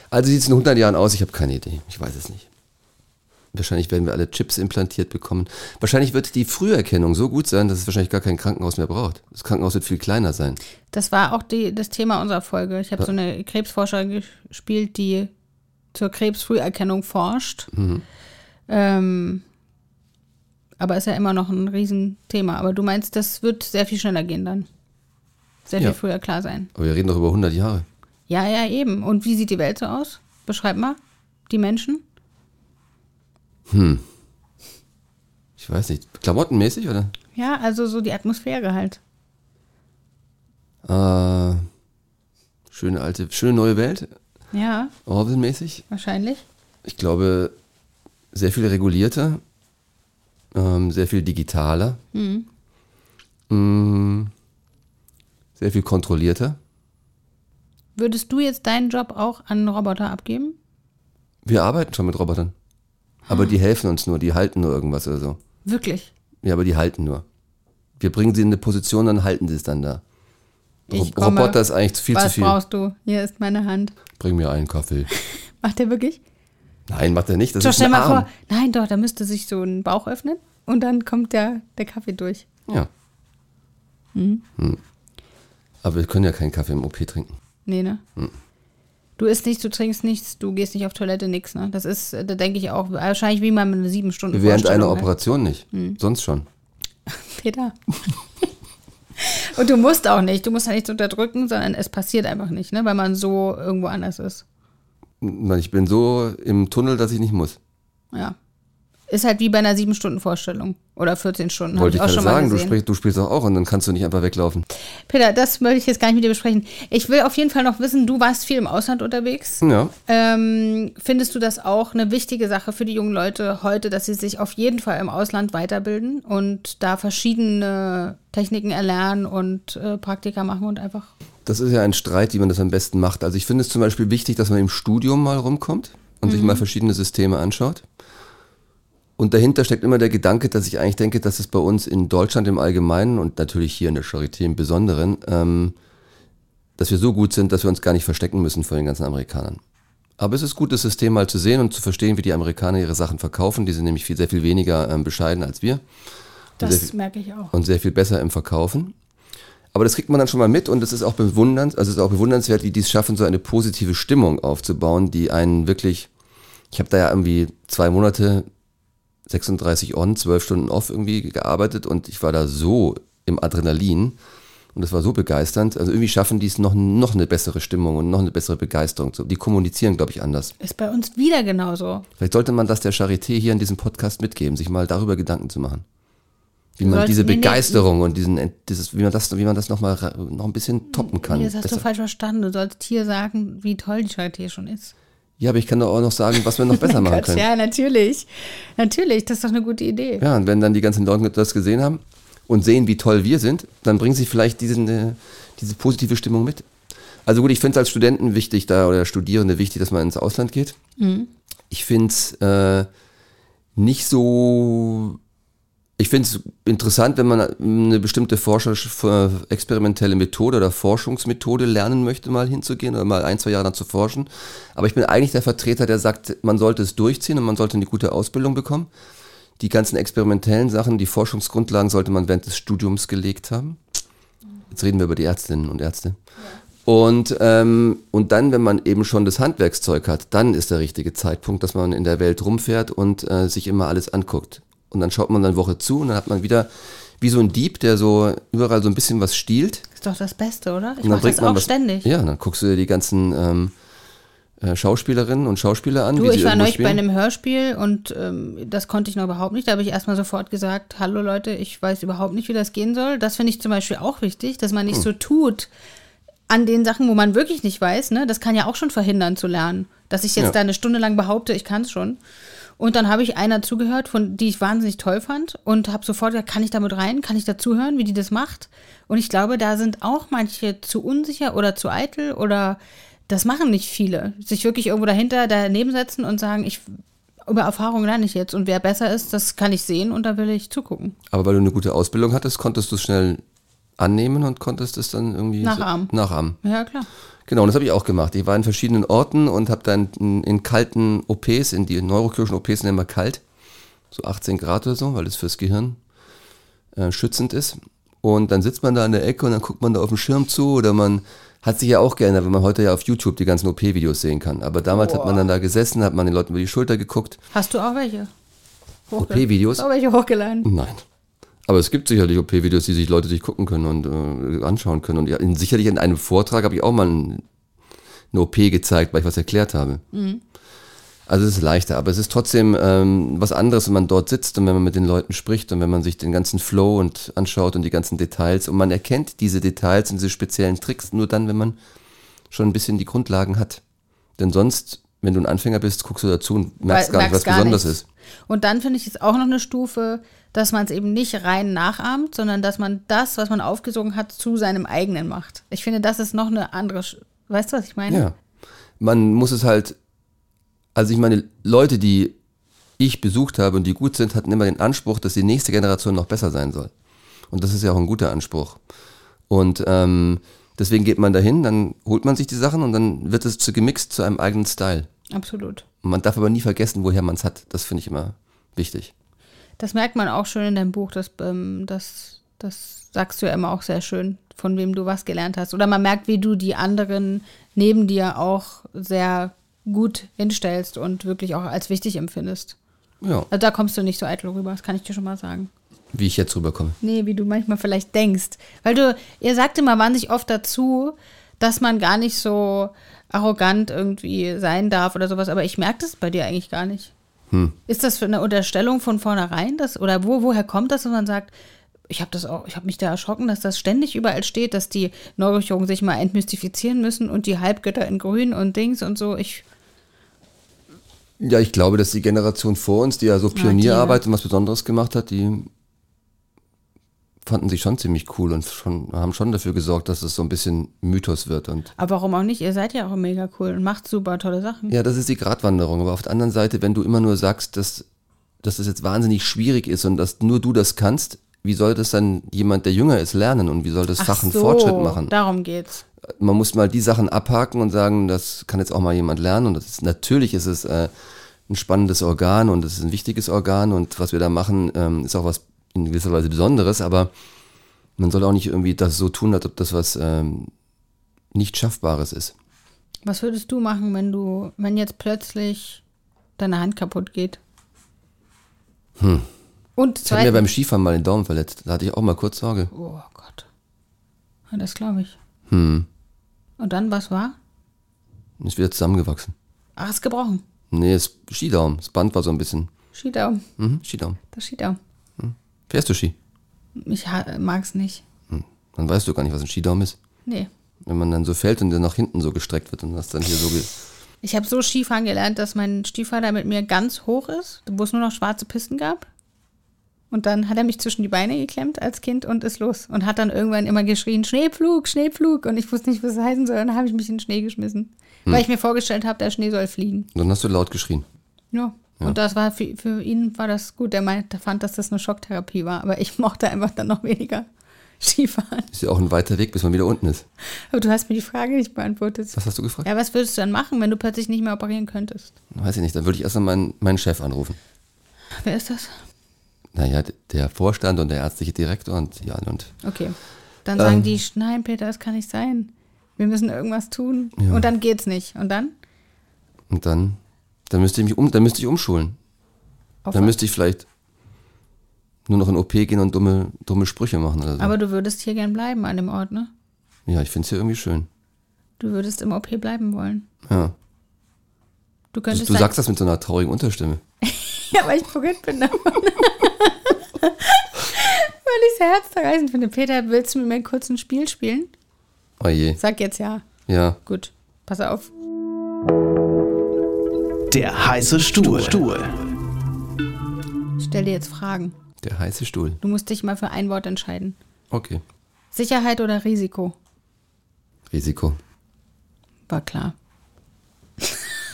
[SPEAKER 2] Also sieht es in 100 Jahren aus. Ich habe keine Idee. Ich weiß es nicht. Wahrscheinlich werden wir alle Chips implantiert bekommen. Wahrscheinlich wird die Früherkennung so gut sein, dass es wahrscheinlich gar kein Krankenhaus mehr braucht. Das Krankenhaus wird viel kleiner sein.
[SPEAKER 1] Das war auch die, das Thema unserer Folge. Ich habe so eine Krebsforscherin gespielt, die zur Krebsfrüherkennung forscht.
[SPEAKER 2] Mhm.
[SPEAKER 1] Ähm, aber ist ja immer noch ein Riesenthema. Aber du meinst, das wird sehr viel schneller gehen dann. Sehr
[SPEAKER 2] Ja.
[SPEAKER 1] viel früher klar sein.
[SPEAKER 2] Aber wir reden doch über 100 Jahre.
[SPEAKER 1] Ja, ja, eben. Und wie sieht die Welt so aus? Beschreib mal die Menschen.
[SPEAKER 2] Hm. Ich weiß nicht. Klamottenmäßig oder?
[SPEAKER 1] Ja, also so die Atmosphäre halt.
[SPEAKER 2] Äh, schöne alte, schöne neue Welt.
[SPEAKER 1] Ja,
[SPEAKER 2] Orwell-mäßig.
[SPEAKER 1] wahrscheinlich.
[SPEAKER 2] Ich glaube, sehr viel regulierter, ähm, sehr viel digitaler,
[SPEAKER 1] Mhm.
[SPEAKER 2] Mm, sehr viel kontrollierter.
[SPEAKER 1] Würdest du jetzt deinen Job auch an einen Roboter abgeben?
[SPEAKER 2] Wir arbeiten schon mit Robotern. Aber
[SPEAKER 1] Ah.
[SPEAKER 2] die helfen uns nur, die halten nur irgendwas oder so.
[SPEAKER 1] Wirklich?
[SPEAKER 2] Ja, aber die halten nur. Wir bringen sie in eine Position, dann halten sie es dann da.
[SPEAKER 1] Ich
[SPEAKER 2] Rob-
[SPEAKER 1] komme.
[SPEAKER 2] Roboter ist eigentlich viel zu
[SPEAKER 1] Was
[SPEAKER 2] viel.
[SPEAKER 1] brauchst du? Hier ist meine Hand.
[SPEAKER 2] Bring mir einen Kaffee.
[SPEAKER 1] Macht der wirklich?
[SPEAKER 2] Nein, macht er nicht. Das
[SPEAKER 1] Doch,
[SPEAKER 2] Also ist
[SPEAKER 1] stell
[SPEAKER 2] ein
[SPEAKER 1] mal
[SPEAKER 2] Arm.
[SPEAKER 1] vor, nein, doch, da müsste sich so ein Bauch öffnen und dann kommt der, der Kaffee durch.
[SPEAKER 2] Ja. Hm.
[SPEAKER 1] Mhm.
[SPEAKER 2] Aber wir können ja keinen Kaffee im OP trinken.
[SPEAKER 1] Nee, ne?
[SPEAKER 2] Hm.
[SPEAKER 1] Du isst nichts, du trinkst nichts, du gehst nicht auf Toilette, nix, ne? Das ist, äh, da denke ich auch, wahrscheinlich wie man eine sieben Stunden
[SPEAKER 2] Während
[SPEAKER 1] Vorstellung ne?
[SPEAKER 2] einer
[SPEAKER 1] Hm. hat.
[SPEAKER 2] Operation nicht. Sonst schon.
[SPEAKER 1] Peter. und du musst auch nicht, du musst ja nichts unterdrücken, sondern es passiert einfach nicht, ne? Weil man so irgendwo anders ist.
[SPEAKER 2] Weil Ich bin so im Tunnel, dass ich nicht muss.
[SPEAKER 1] Ja. Ist halt wie bei einer sieben Stunden Vorstellung oder 14 Stunden, habe
[SPEAKER 2] Wollte
[SPEAKER 1] ich
[SPEAKER 2] ich
[SPEAKER 1] auch
[SPEAKER 2] gerade
[SPEAKER 1] schon mal
[SPEAKER 2] sagen, du,
[SPEAKER 1] gesehen.
[SPEAKER 2] sprich, du spielst doch auch und dann kannst du nicht einfach weglaufen.
[SPEAKER 1] Peter, das möchte ich jetzt gar nicht mit dir besprechen. Ich will auf jeden Fall noch wissen, du warst viel im Ausland unterwegs.
[SPEAKER 2] Ja.
[SPEAKER 1] Ähm, findest du das auch eine wichtige Sache für die jungen Leute heute, dass sie sich auf jeden Fall im Ausland weiterbilden und da verschiedene Techniken erlernen und äh, Praktika machen und einfach.
[SPEAKER 2] Das ist ja ein Streit, wie man das am besten macht. Also ich finde es zum Beispiel wichtig, dass man im Studium mal rumkommt und sich mal verschiedene Systeme anschaut. Und dahinter steckt immer der Gedanke, dass ich eigentlich denke, dass es bei uns in Deutschland im Allgemeinen und natürlich hier in der Charité im Besonderen, ähm, dass wir so gut sind, dass wir uns gar nicht verstecken müssen vor den ganzen Amerikanern. Aber es ist gut, das System mal zu sehen und zu verstehen, wie die Amerikaner ihre Sachen verkaufen. Die sind nämlich viel, sehr viel weniger ähm, bescheiden als wir
[SPEAKER 1] Das
[SPEAKER 2] sehr viel-
[SPEAKER 1] merke ich auch.
[SPEAKER 2] und sehr viel besser im Verkaufen. Aber das kriegt man dann schon mal mit und es ist auch bewundernswert, also es ist auch bewundernswert, wie die es schaffen, so eine positive Stimmung aufzubauen, die einen wirklich, ich habe da ja irgendwie zwei Monate, 36 on, 12 Stunden off irgendwie gearbeitet und ich war da so im Adrenalin und das war so begeisternd. Also irgendwie schaffen die es noch, noch eine bessere Stimmung und noch eine bessere Begeisterung. zu- Die kommunizieren, glaube ich, anders.
[SPEAKER 1] Ist bei uns wieder genauso.
[SPEAKER 2] Vielleicht sollte man das der Charité hier in diesem Podcast mitgeben, sich mal darüber Gedanken zu machen. Wie
[SPEAKER 1] Du
[SPEAKER 2] man
[SPEAKER 1] sollst-
[SPEAKER 2] diese
[SPEAKER 1] nee, nee,
[SPEAKER 2] Begeisterung und diesen, Ent- dieses, wie man das, wie man das nochmal noch ein bisschen toppen kann.
[SPEAKER 1] Nee, das hast du
[SPEAKER 2] Besser.
[SPEAKER 1] falsch verstanden. Du sollst hier sagen, wie toll die Charité schon ist.
[SPEAKER 2] ja, aber ich kann doch auch noch sagen, was wir noch besser machen
[SPEAKER 1] Gott,
[SPEAKER 2] können. Ja.
[SPEAKER 1] ja, natürlich. Natürlich, das ist doch eine gute Idee.
[SPEAKER 2] und wenn dann die ganzen Leute das gesehen haben und sehen, wie toll wir sind, dann bringen sie vielleicht diesen, äh, diese positive Stimmung mit. Also gut, ich finde es als Studenten wichtig da oder Studierende wichtig, dass man ins Ausland geht. Ich finde es äh, nicht so Ich finde es interessant, wenn man eine bestimmte Forscher, experimentelle Methode oder Forschungsmethode lernen möchte, mal hinzugehen oder mal ein, zwei Jahre dann zu forschen. Aber ich bin eigentlich der Vertreter, der sagt, man sollte es durchziehen und man sollte eine gute Ausbildung bekommen. Die ganzen experimentellen Sachen, die Forschungsgrundlagen sollte man während des Studiums gelegt haben. Jetzt reden wir über die Ärztinnen und Ärzte. Und, ähm, und dann, wenn man eben schon das Handwerkszeug hat, dann ist der richtige Zeitpunkt, dass man in der Welt rumfährt und äh, sich immer alles anguckt. Und dann schaut man dann Woche zu und dann hat man wieder wie so ein Dieb, der so überall so ein bisschen was stiehlt.
[SPEAKER 1] Ist doch das Beste, oder? Ich
[SPEAKER 2] Und dann
[SPEAKER 1] mache das auch ständig.
[SPEAKER 2] Ja, dann guckst du dir die ganzen ähm, äh, Schauspielerinnen und Schauspieler an.
[SPEAKER 1] Du, ich war
[SPEAKER 2] irgendwo
[SPEAKER 1] neulich bei
[SPEAKER 2] spielen.
[SPEAKER 1] einem Hörspiel und ähm, das konnte ich noch überhaupt nicht. Da habe ich erstmal sofort gesagt, hallo Leute, ich weiß überhaupt nicht, wie das gehen soll. Das finde ich zum Beispiel auch wichtig, dass man nicht
[SPEAKER 2] Hm.
[SPEAKER 1] so tut an den Sachen, wo man wirklich nicht weiß. Ne? Das kann ja auch schon verhindern zu lernen. Dass ich jetzt
[SPEAKER 2] Ja.
[SPEAKER 1] da eine Stunde lang behaupte, ich kann es schon. Und dann habe ich einer zugehört, von, die ich wahnsinnig toll fand und habe sofort gesagt, kann ich damit rein? Kann ich dazuhören, wie die das macht? Und ich glaube, da sind auch manche zu unsicher oder zu eitel oder das machen nicht viele. Sich wirklich irgendwo dahinter daneben setzen und sagen, ich über Erfahrung lerne ich jetzt und wer besser ist, das kann ich sehen und da will ich zugucken.
[SPEAKER 2] Aber weil du eine gute Ausbildung hattest, konntest du es schnell annehmen und konntest es dann irgendwie so-
[SPEAKER 1] Nachahmen.
[SPEAKER 2] nachahmen.
[SPEAKER 1] Ja, klar.
[SPEAKER 2] Genau, und das habe ich auch gemacht. Ich war in verschiedenen Orten und habe dann in, in kalten OPs, in die neurokirurgischen OPs nennen wir kalt, so 18 Grad oder so, weil es fürs Gehirn äh, schützend ist. Und dann sitzt man da in der Ecke und dann guckt man da auf dem Schirm zu oder man hat sich ja auch geändert, wenn man heute ja auf YouTube die ganzen OP-Videos sehen kann. Aber damals hat man dann da gesessen, hat man den Leuten über die Schulter geguckt.
[SPEAKER 1] Hast du auch welche? Hochge-
[SPEAKER 2] OP-Videos?
[SPEAKER 1] Hast du Auch welche hochgeladen.
[SPEAKER 2] Nein. Aber es gibt sicherlich OP-Videos, die sich Leute sich gucken können und äh, anschauen können. Und ja, in, sicherlich in einem Vortrag habe ich auch mal ein, eine OP gezeigt, weil ich was erklärt habe. Also es ist leichter, aber es ist trotzdem ähm, was anderes, wenn man dort sitzt und wenn man mit den Leuten spricht und wenn man sich den ganzen Flow und anschaut und die ganzen Details. Und man erkennt diese Details und diese speziellen Tricks nur dann, wenn man schon ein bisschen die Grundlagen hat. Denn sonst, wenn du ein Anfänger bist, guckst du dazu und merkst
[SPEAKER 1] Weil-
[SPEAKER 2] gar nicht, was besonders
[SPEAKER 1] nichts.
[SPEAKER 2] ist.
[SPEAKER 1] Und dann finde ich es auch noch eine Stufe, dass man es eben nicht rein nachahmt, sondern dass man das, was man aufgesogen hat, zu seinem eigenen macht. Ich finde, das ist noch eine andere. Sch weißt du, was ich meine?
[SPEAKER 2] Ja. Man muss es halt, also ich meine, Leute, die ich besucht habe und die gut sind, hatten immer den Anspruch, dass die nächste Generation noch besser sein soll. Und das ist ja auch ein guter Anspruch. Und ähm, deswegen geht man dahin, dann holt man sich die Sachen und dann wird es zu gemixt zu einem eigenen Style.
[SPEAKER 1] Absolut.
[SPEAKER 2] Und man darf aber nie vergessen, woher man es hat. Das finde ich immer wichtig.
[SPEAKER 1] Das merkt man auch schön in deinem Buch, dass ähm, das, das sagst du ja immer auch sehr schön, von wem du was gelernt hast. Oder man merkt, wie du die anderen neben dir auch sehr gut hinstellst und wirklich auch als wichtig empfindest.
[SPEAKER 2] Ja,
[SPEAKER 1] Also da kommst du nicht so eitel rüber, das kann ich dir schon mal sagen.
[SPEAKER 2] wie ich jetzt rüberkomme.
[SPEAKER 1] Nee, wie du manchmal vielleicht denkst. Weil du, ihr sagt immer wahnsinnig oft dazu, dass man gar nicht so arrogant irgendwie sein darf oder sowas, aber ich merke das bei dir eigentlich gar nicht.
[SPEAKER 2] Hm.
[SPEAKER 1] Ist das für eine Unterstellung von vornherein? Das, oder wo, woher kommt das, wenn man sagt, ich habe das auch, ich habe mich da erschrocken, dass das ständig überall steht, dass die Neurochirurgen sich mal entmystifizieren müssen und die Halbgötter in Grün und Dings und so. Ich,
[SPEAKER 2] Ja, ich glaube, dass die Generation vor uns, die also ja so
[SPEAKER 1] die,
[SPEAKER 2] Pionierarbeit und was Besonderes gemacht hat, die fanden sich schon ziemlich cool und schon, haben schon dafür gesorgt, dass es so ein bisschen Mythos wird. Und
[SPEAKER 1] aber warum auch nicht? Ihr seid ja auch mega cool und macht super tolle Sachen.
[SPEAKER 2] ja, das ist die Gratwanderung. Aber auf der anderen Seite, wenn du immer nur sagst, dass dass das jetzt wahnsinnig schwierig ist und dass nur du das kannst, wie soll das dann jemand, der jünger ist, lernen und wie soll das Fach einen Fortschritt machen?
[SPEAKER 1] Darum geht's.
[SPEAKER 2] man muss mal die Sachen abhaken und sagen, das kann jetzt auch mal jemand lernen. Und das ist, natürlich ist es äh, ein spannendes Organ und es ist ein wichtiges Organ und was wir da machen, ähm, ist auch was in gewisser Weise Besonderes, aber man soll auch nicht irgendwie das so tun, als ob das was ähm, nicht Schaffbares ist.
[SPEAKER 1] Was würdest du machen, wenn du, wenn jetzt plötzlich deine Hand kaputt geht? Und
[SPEAKER 2] Hm. Ich habe mir
[SPEAKER 1] zweitens.
[SPEAKER 2] beim Skifahren mal den Daumen verletzt. Da hatte ich auch mal kurz Sorge.
[SPEAKER 1] Oh Gott. Ja, das glaube ich.
[SPEAKER 2] Hm.
[SPEAKER 1] Und dann, was war?
[SPEAKER 2] Und Ist wieder zusammengewachsen.
[SPEAKER 1] Ach, ist gebrochen.
[SPEAKER 2] Nee, das Skidaumen. Das Band war so ein bisschen.
[SPEAKER 1] Skidaumen.
[SPEAKER 2] Mhm, Skidaumen.
[SPEAKER 1] Das Skidaumen.
[SPEAKER 2] Fährst du Ski? Hm.
[SPEAKER 1] Ich ha- mag's nicht.
[SPEAKER 2] Dann weißt du gar nicht, was ein Skidaumen ist.
[SPEAKER 1] Nee.
[SPEAKER 2] Wenn man dann so fällt und dann nach hinten so gestreckt wird und das dann hier so. Ge
[SPEAKER 1] Ich habe so Skifahren gelernt, dass mein Stiefvater mit mir ganz hoch ist, wo es nur noch schwarze Pisten gab. Und dann hat er mich zwischen die Beine geklemmt als Kind und ist los. Und hat dann irgendwann immer geschrien, Schneepflug, Schneepflug. Und ich wusste nicht, was es heißen soll. Und dann habe ich mich in den Schnee geschmissen. Weil ich mir vorgestellt habe, der Schnee soll fliegen.
[SPEAKER 2] dann hast du laut geschrien.
[SPEAKER 1] Ja. Und das war für, für ihn war das gut. Er meinte, fand, dass das eine Schocktherapie war. Aber ich mochte einfach dann noch weniger Skifahren.
[SPEAKER 2] Ist ja auch ein weiter Weg, bis man wieder unten ist.
[SPEAKER 1] Aber du hast mir die Frage nicht beantwortet.
[SPEAKER 2] Was hast du gefragt?
[SPEAKER 1] Ja, was würdest du dann machen, wenn du plötzlich nicht mehr operieren könntest?
[SPEAKER 2] Weiß ich nicht. Dann würde ich erst mal meinen, meinen Chef anrufen.
[SPEAKER 1] Wer ist das?
[SPEAKER 2] Naja, d- der Vorstand und der ärztliche Direktor und ja, und
[SPEAKER 1] Okay. Dann
[SPEAKER 2] Ähm.
[SPEAKER 1] sagen die, nein, Peter, das kann nicht sein. Wir müssen irgendwas tun. Und dann geht's nicht. Und dann?
[SPEAKER 2] Und dann, dann müsste ich mich um, dann müsste ich umschulen.
[SPEAKER 1] Auf
[SPEAKER 2] Dann müsste ich vielleicht nur noch in OP gehen und dumme, dumme Sprüche machen oder so.
[SPEAKER 1] Aber du würdest hier gern bleiben an dem Ort, ne?
[SPEAKER 2] ja, ich finde es hier irgendwie schön.
[SPEAKER 1] Du würdest im OP bleiben wollen.
[SPEAKER 2] Ja.
[SPEAKER 1] Du
[SPEAKER 2] Also Du,
[SPEAKER 1] könntest
[SPEAKER 2] du sagst das mit so einer traurigen Unterstimme.
[SPEAKER 1] ja, weil ich verrückt bin davon. weil ich sehr herzzerreißend finde. Peter, willst du mit mir kurz ein Spiel spielen?
[SPEAKER 2] Oh je.
[SPEAKER 1] Sag jetzt ja.
[SPEAKER 2] Ja.
[SPEAKER 1] Gut, pass auf.
[SPEAKER 7] Der heiße Stuhl.
[SPEAKER 1] Stell dir jetzt Fragen.
[SPEAKER 2] Der heiße Stuhl.
[SPEAKER 1] Du musst dich mal für ein Wort entscheiden.
[SPEAKER 2] Okay.
[SPEAKER 1] Sicherheit oder Risiko?
[SPEAKER 2] Risiko.
[SPEAKER 1] War klar.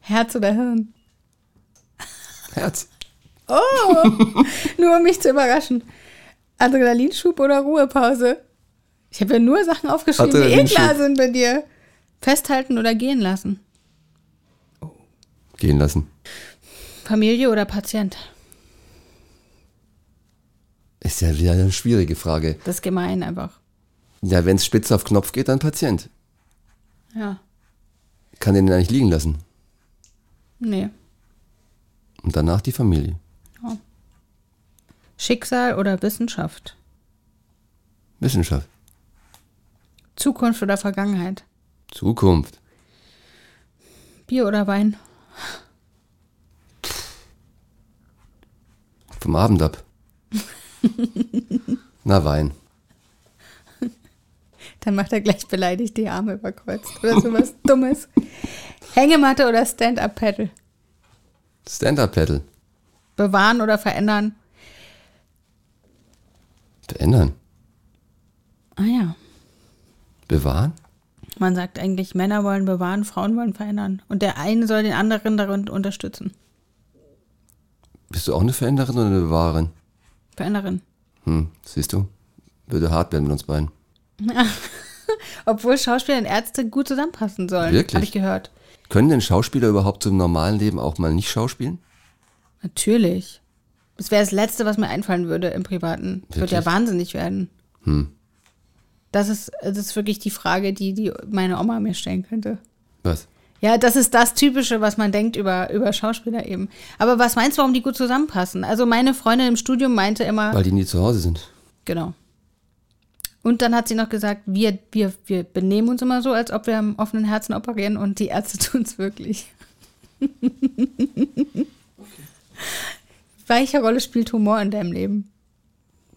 [SPEAKER 1] Herz oder Hirn?
[SPEAKER 2] Herz.
[SPEAKER 1] Nur um mich zu überraschen. Adrenalinschub oder Ruhepause? Ich habe ja nur Sachen aufgeschrieben, die eh
[SPEAKER 2] Adrenalinschub.
[SPEAKER 1] klar sind bei dir. Festhalten oder gehen lassen?
[SPEAKER 2] Gehen lassen.
[SPEAKER 1] Familie oder Patient?
[SPEAKER 2] Ist ja wieder eine schwierige Frage.
[SPEAKER 1] Das ist gemein einfach.
[SPEAKER 2] Ja, wenn es spitz auf Knopf geht, dann Patient.
[SPEAKER 1] Ja.
[SPEAKER 2] Kann den ja nicht liegen lassen.
[SPEAKER 1] Nee.
[SPEAKER 2] Und danach die Familie.
[SPEAKER 1] Schicksal oder Wissenschaft?
[SPEAKER 2] Wissenschaft.
[SPEAKER 1] Zukunft oder Vergangenheit?
[SPEAKER 2] Zukunft.
[SPEAKER 1] Bier oder Wein?
[SPEAKER 2] Vom Abend ab. Na, Wein.
[SPEAKER 1] Dann macht er gleich beleidigt die Arme überkreuzt oder sowas Dummes. Hängematte oder Stand-up-Paddle?
[SPEAKER 2] Stand-up-Paddle.
[SPEAKER 1] Bewahren oder verändern?
[SPEAKER 2] Verändern.
[SPEAKER 1] Ah ja.
[SPEAKER 2] Bewahren?
[SPEAKER 1] Man sagt eigentlich, Männer wollen bewahren, Frauen wollen verändern. Und der eine soll den anderen darin unterstützen.
[SPEAKER 2] Bist du auch eine Veränderin oder eine Bewahrerin?
[SPEAKER 1] Verändern.
[SPEAKER 2] Hm, siehst du? Würde hart werden mit uns beiden.
[SPEAKER 1] Obwohl Schauspieler und Ärzte gut zusammenpassen sollen.
[SPEAKER 2] Wirklich?
[SPEAKER 1] Habe ich gehört.
[SPEAKER 2] Können denn Schauspieler überhaupt im normalen Leben auch mal nicht schauspielen?
[SPEAKER 1] Natürlich. Das wäre das Letzte, was mir einfallen würde im Privaten. Ich würde ja
[SPEAKER 2] Wirklich? Hm.
[SPEAKER 1] wahnsinnig werden. Das, ist, das ist wirklich die Frage, die, die meine Oma mir stellen könnte.
[SPEAKER 2] Was?
[SPEAKER 1] Ja, das ist das Typische, was man denkt über, über Schauspieler eben. Aber was meinst du, warum die gut zusammenpassen? Also meine Freundin im Studium meinte immer,
[SPEAKER 2] Weil die nie zu Hause sind.
[SPEAKER 1] Genau. Und dann hat sie noch gesagt, wir, wir, wir benehmen uns immer so, als ob wir am offenen Herzen operieren und die Ärzte tun es wirklich. Welche Rolle spielt Humor in deinem Leben?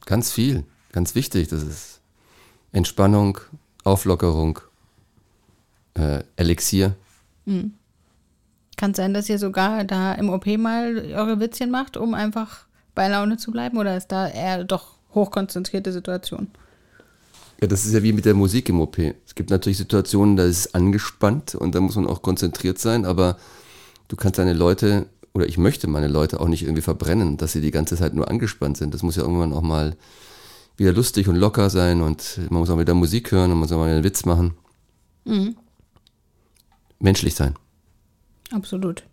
[SPEAKER 2] Ganz viel. Ganz wichtig. Das ist Entspannung, Auflockerung, äh, Elixier.
[SPEAKER 1] Kann es sein, dass ihr sogar da im OP mal eure Witzchen macht, um einfach bei Laune zu bleiben? Oder ist da eher doch hochkonzentrierte Situation?
[SPEAKER 2] Ja, das ist ja wie mit der Musik im OP. Es gibt natürlich Situationen, da ist es angespannt und da muss man auch konzentriert sein, aber du kannst deine Leute oder ich möchte meine Leute auch nicht irgendwie verbrennen, dass sie die ganze Zeit nur angespannt sind. Das muss ja irgendwann auch mal wieder lustig und locker sein und man muss auch wieder Musik hören und man soll mal einen Witz machen.
[SPEAKER 1] Mhm.
[SPEAKER 2] Menschlich sein.
[SPEAKER 1] Absolut.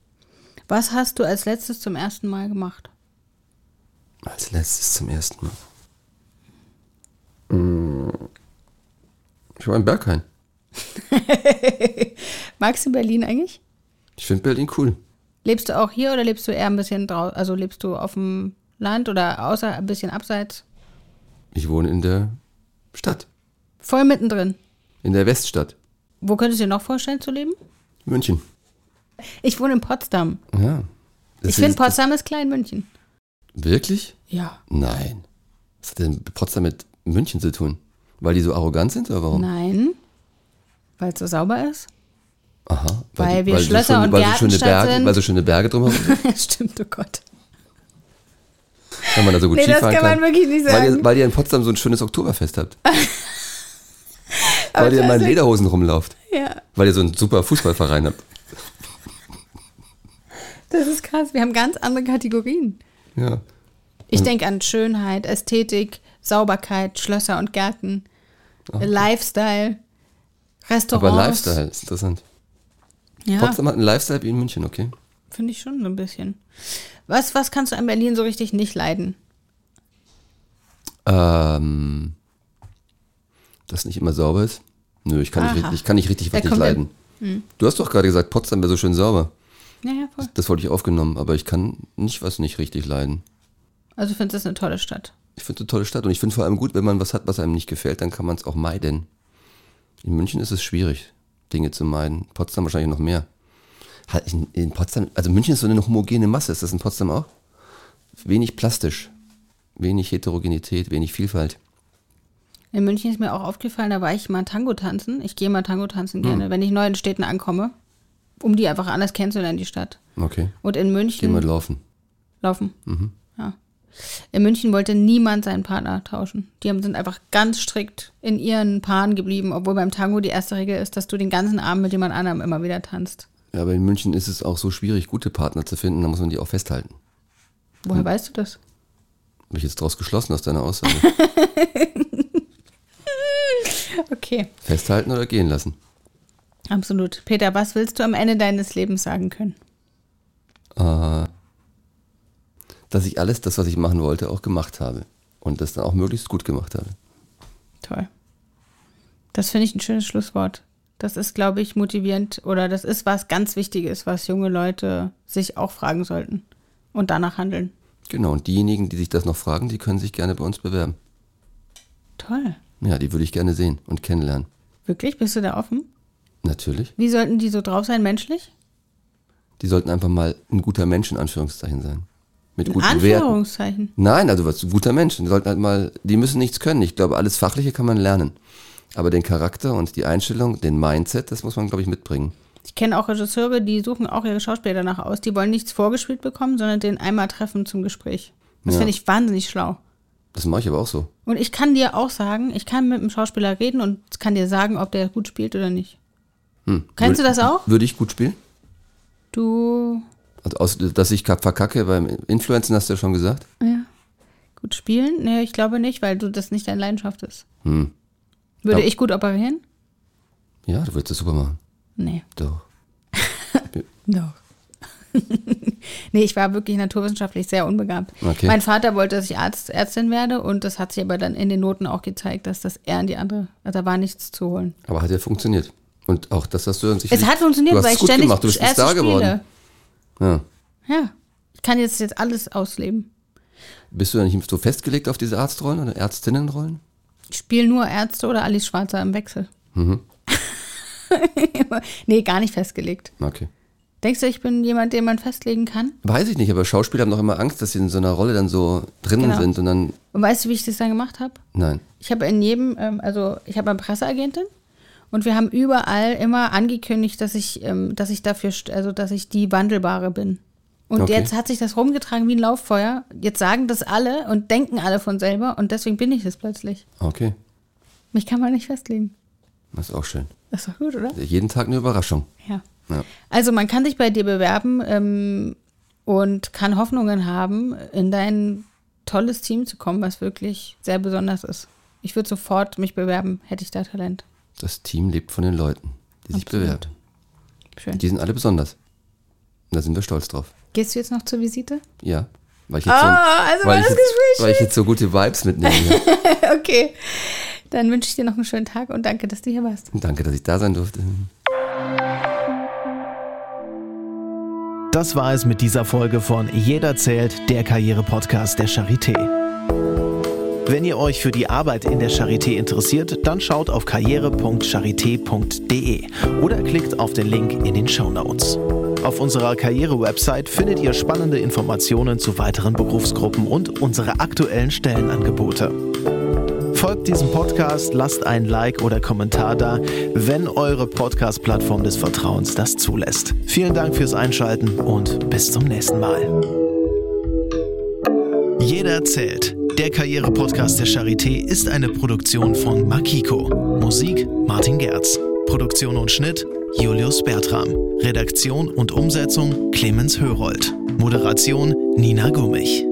[SPEAKER 1] Was hast du als letztes zum ersten Mal gemacht?
[SPEAKER 2] Als letztes zum ersten Mal. Ich war in Berghain.
[SPEAKER 1] Magst du Berlin eigentlich?
[SPEAKER 2] Ich finde Berlin cool.
[SPEAKER 1] Lebst du auch hier oder lebst du eher ein bisschen draußen? Also lebst du auf dem Land oder außer ein bisschen abseits?
[SPEAKER 2] Ich wohne in der Stadt,
[SPEAKER 1] Voll mittendrin.
[SPEAKER 2] in der Weststadt,
[SPEAKER 1] Wo könntest du dir noch vorstellen zu leben?
[SPEAKER 2] München.
[SPEAKER 1] Ich wohne in Potsdam.
[SPEAKER 2] Ja. Das
[SPEAKER 1] ich finde,
[SPEAKER 2] ist- das-
[SPEAKER 1] Potsdam ist klein München.
[SPEAKER 2] Wirklich?
[SPEAKER 1] Ja.
[SPEAKER 2] Nein. Was hat denn Potsdam mit München zu tun? Weil die so arrogant sind
[SPEAKER 1] Oh.
[SPEAKER 2] oder warum?
[SPEAKER 1] Nein. Weil es so sauber ist.
[SPEAKER 2] Aha.
[SPEAKER 1] Weil
[SPEAKER 2] die-
[SPEAKER 1] wir
[SPEAKER 2] sie
[SPEAKER 1] Schlösser und
[SPEAKER 2] weil sie schöne
[SPEAKER 1] Gärtenstadt
[SPEAKER 2] Berge,
[SPEAKER 1] sind.
[SPEAKER 2] Weil so schöne Berge drum haben,
[SPEAKER 1] Stimmt, oh Gott.
[SPEAKER 2] kann man da so gut
[SPEAKER 1] Nee, das
[SPEAKER 2] Skifahren
[SPEAKER 1] kann man wirklich nicht
[SPEAKER 2] Weil
[SPEAKER 1] sagen.
[SPEAKER 2] ihr, weil ihr in Potsdam so ein schönes Oktoberfest habt. weil ihr in meinen Lederhosen rumlauft.
[SPEAKER 1] Ja,
[SPEAKER 2] Weil ihr so einen super Fußballverein habt.
[SPEAKER 1] das ist krass. Wir haben ganz andere Kategorien.
[SPEAKER 2] Ja. Hm.
[SPEAKER 1] Ich denke an Schönheit, Ästhetik, Sauberkeit, Schlösser und Gärten, Lifestyle,
[SPEAKER 2] Oh. Aber
[SPEAKER 1] Restaurants.
[SPEAKER 2] Lifestyle ist interessant.
[SPEAKER 1] Ja,
[SPEAKER 2] Potsdam hat einen Lifestyle wie in München, okay?
[SPEAKER 1] finde ich schon so ein bisschen. Was, was kannst du an Berlin so richtig nicht leiden?
[SPEAKER 2] Ähm, das nicht immer sauber ist? Nö, ich kann, nicht,
[SPEAKER 1] Aha.
[SPEAKER 2] richtig- ich kann nicht richtig
[SPEAKER 1] Da
[SPEAKER 2] was nicht
[SPEAKER 1] kommt der-
[SPEAKER 2] leiden. Du hast doch gerade gesagt, Potsdam wäre so schön sauber.
[SPEAKER 1] Ja, ja, voll.
[SPEAKER 2] Das wollte ich aufgenommen, aber ich kann nicht was nicht richtig leiden.
[SPEAKER 1] Also findest du das eine tolle Stadt.
[SPEAKER 2] Ich finde eine tolle Stadt und ich finde vor allem gut, wenn man was hat, was einem nicht gefällt, dann kann man es auch meiden. In München ist es schwierig, Dinge zu meiden. Potsdam wahrscheinlich noch mehr. Halt, In, in Potsdam, also München ist so eine homogene Masse. Ist das in Potsdam auch? Wenig plastisch, wenig Heterogenität, wenig Vielfalt.
[SPEAKER 1] In München ist mir auch aufgefallen, da war ich mal Tango tanzen. Ich gehe mal Tango tanzen gerne, wenn ich neu in Städten ankomme, um die einfach anders kennenzulernen, die Stadt.
[SPEAKER 2] Okay,
[SPEAKER 1] Und in
[SPEAKER 2] gehen wir
[SPEAKER 1] München
[SPEAKER 2] laufen.
[SPEAKER 1] laufen. Ja. In München wollte niemand seinen Partner tauschen. Die haben, sind einfach ganz strikt in ihren Paaren geblieben, obwohl beim Tango die erste Regel ist, dass du den ganzen Abend mit jemand anderem immer wieder tanzt.
[SPEAKER 2] Ja, aber in München ist es auch so schwierig, gute Partner zu finden, da muss man die auch festhalten.
[SPEAKER 1] Woher weißt du das?
[SPEAKER 2] Habe ich jetzt draus geschlossen aus deiner Aussage.
[SPEAKER 1] Okay,
[SPEAKER 2] festhalten oder gehen lassen?
[SPEAKER 1] absolut. Peter, was willst du am Ende deines Lebens sagen können?
[SPEAKER 2] Äh, Dass ich alles, das, was ich machen wollte, auch gemacht habe. Und das dann auch möglichst gut gemacht habe.
[SPEAKER 1] Toll. Das finde ich ein schönes Schlusswort. Das ist, glaube ich, motivierend oder das ist was ganz Wichtiges, was junge Leute sich auch fragen sollten und danach handeln.
[SPEAKER 2] Genau, und diejenigen, die sich das noch fragen, die können sich gerne bei uns bewerben.
[SPEAKER 1] Toll.
[SPEAKER 2] Ja, die würde ich gerne sehen und kennenlernen.
[SPEAKER 1] Wirklich? Bist du da offen?
[SPEAKER 2] Natürlich.
[SPEAKER 1] Wie sollten die so drauf sein, menschlich?
[SPEAKER 2] Die sollten einfach mal ein guter Mensch in Anführungszeichen sein. Mit
[SPEAKER 1] In
[SPEAKER 2] guten Werten.
[SPEAKER 1] Anführungszeichen.
[SPEAKER 2] Nein, also was ein guter Mensch. Die sollten halt mal, die müssen nichts können. Ich glaube, alles Fachliche kann man lernen. Aber den Charakter und die Einstellung, den Mindset, das muss man, glaube ich, mitbringen.
[SPEAKER 1] Ich kenne auch Regisseure, die suchen auch ihre Schauspieler danach aus. Die wollen nichts vorgespielt bekommen, sondern den einmal treffen zum Gespräch. Das
[SPEAKER 2] Ja.
[SPEAKER 1] finde ich wahnsinnig schlau.
[SPEAKER 2] Das mache ich aber auch so.
[SPEAKER 1] Und ich kann dir auch sagen, ich kann mit einem Schauspieler reden und kann dir sagen, ob der gut spielt oder nicht.
[SPEAKER 2] Hm.
[SPEAKER 1] Kennst du das auch?
[SPEAKER 2] Würde ich gut spielen?
[SPEAKER 1] Du
[SPEAKER 2] Also aus, dass ich verkacke beim Influenzen, hast du ja schon gesagt.
[SPEAKER 1] Ja. Gut spielen? Nee, ich glaube nicht, weil du das nicht deine Leidenschaft ist.
[SPEAKER 2] Hm.
[SPEAKER 1] Würde
[SPEAKER 2] Ja.
[SPEAKER 1] ich gut operieren?
[SPEAKER 2] Ja, du würdest das super machen.
[SPEAKER 1] Nee.
[SPEAKER 2] Doch.
[SPEAKER 1] Doch. nee, ich war wirklich naturwissenschaftlich sehr unbegabt.
[SPEAKER 2] Okay.
[SPEAKER 1] Mein Vater wollte, dass ich Arzt, Ärztin werde und das hat sich aber dann in den Noten auch gezeigt, dass das eher in die andere, also da war nichts zu holen.
[SPEAKER 2] Aber hat ja funktioniert. Und auch das hast du dann sicher.
[SPEAKER 1] Es hat funktioniert,
[SPEAKER 2] du hast
[SPEAKER 1] weil
[SPEAKER 2] es
[SPEAKER 1] ich
[SPEAKER 2] gut
[SPEAKER 1] ständig
[SPEAKER 2] gemacht. Du bist ein
[SPEAKER 1] Ärzte
[SPEAKER 2] Star geworden. Ja.
[SPEAKER 1] Ja. Ich kann jetzt, jetzt alles ausleben.
[SPEAKER 2] Bist du dann nicht so festgelegt auf diese Arztrollen oder Ärztinnenrollen?
[SPEAKER 1] Ich spiele nur Ärzte oder Alice Schwarzer im Wechsel. nee, gar nicht festgelegt.
[SPEAKER 2] Okay.
[SPEAKER 1] Denkst du, ich bin jemand, den man festlegen kann?
[SPEAKER 2] Weiß ich nicht, aber Schauspieler haben doch immer Angst, dass sie in so einer Rolle dann so drinnen
[SPEAKER 1] Genau.
[SPEAKER 2] sind und dann.
[SPEAKER 1] Und weißt du, wie ich das dann gemacht habe?
[SPEAKER 2] Nein.
[SPEAKER 1] Ich habe in jedem, ähm, also ich habe eine Presseagentin und wir haben überall immer angekündigt, dass ich, ähm, dass ich dafür, st- also dass ich die Wandelbare bin. Und
[SPEAKER 2] Okay.
[SPEAKER 1] jetzt hat sich das rumgetragen wie ein Lauffeuer. Jetzt sagen das alle und denken alle von selber und deswegen bin ich das plötzlich.
[SPEAKER 2] Okay.
[SPEAKER 1] Mich kann man nicht festlegen.
[SPEAKER 2] Das ist auch schön.
[SPEAKER 1] Das ist doch gut, oder?
[SPEAKER 2] Jeden Tag eine Überraschung.
[SPEAKER 1] Ja.
[SPEAKER 2] Ja.
[SPEAKER 1] Also man kann sich bei dir bewerben ähm, und kann Hoffnungen haben, in dein tolles Team zu kommen, was wirklich sehr besonders ist. Ich würde sofort mich bewerben, hätte ich da Talent.
[SPEAKER 2] Das Team lebt von den Leuten, die sich
[SPEAKER 1] Absolut.
[SPEAKER 2] bewerben.
[SPEAKER 1] Schön.
[SPEAKER 2] Die sind alle besonders. Und da sind wir stolz drauf.
[SPEAKER 1] Gehst du jetzt noch zur Visite?
[SPEAKER 2] Ja. Weil ich jetzt,
[SPEAKER 1] Ah, also
[SPEAKER 2] so, weil
[SPEAKER 1] war
[SPEAKER 2] ich
[SPEAKER 1] das
[SPEAKER 2] jetzt, weil ich jetzt so gute Vibes mitnehme. hier.
[SPEAKER 1] Okay. Dann wünsche ich dir noch einen schönen Tag und danke, dass du hier warst.
[SPEAKER 2] Danke, dass ich da sein durfte.
[SPEAKER 7] Das war es mit dieser Folge von Jeder zählt, der Karriere-Podcast der Charité. Wenn ihr euch für die Arbeit in der Charité interessiert, dann schaut auf karriere.charité.de oder klickt auf den Link in den Shownotes. Auf unserer Karriere-Website findet ihr spannende Informationen zu weiteren Berufsgruppen und unsere aktuellen Stellenangebote. Folgt diesem Podcast, lasst ein Like oder Kommentar da, wenn eure Podcast-Plattform des Vertrauens das zulässt. Vielen Dank fürs Einschalten und bis zum nächsten Mal. Jeder zählt. Der Karriere-Podcast der Charité ist eine Produktion von Makiko. Musik Martin Gerz. Produktion und Schnitt Julius Bertram. Redaktion und Umsetzung Clemens Hörold. Moderation Nina Gummich.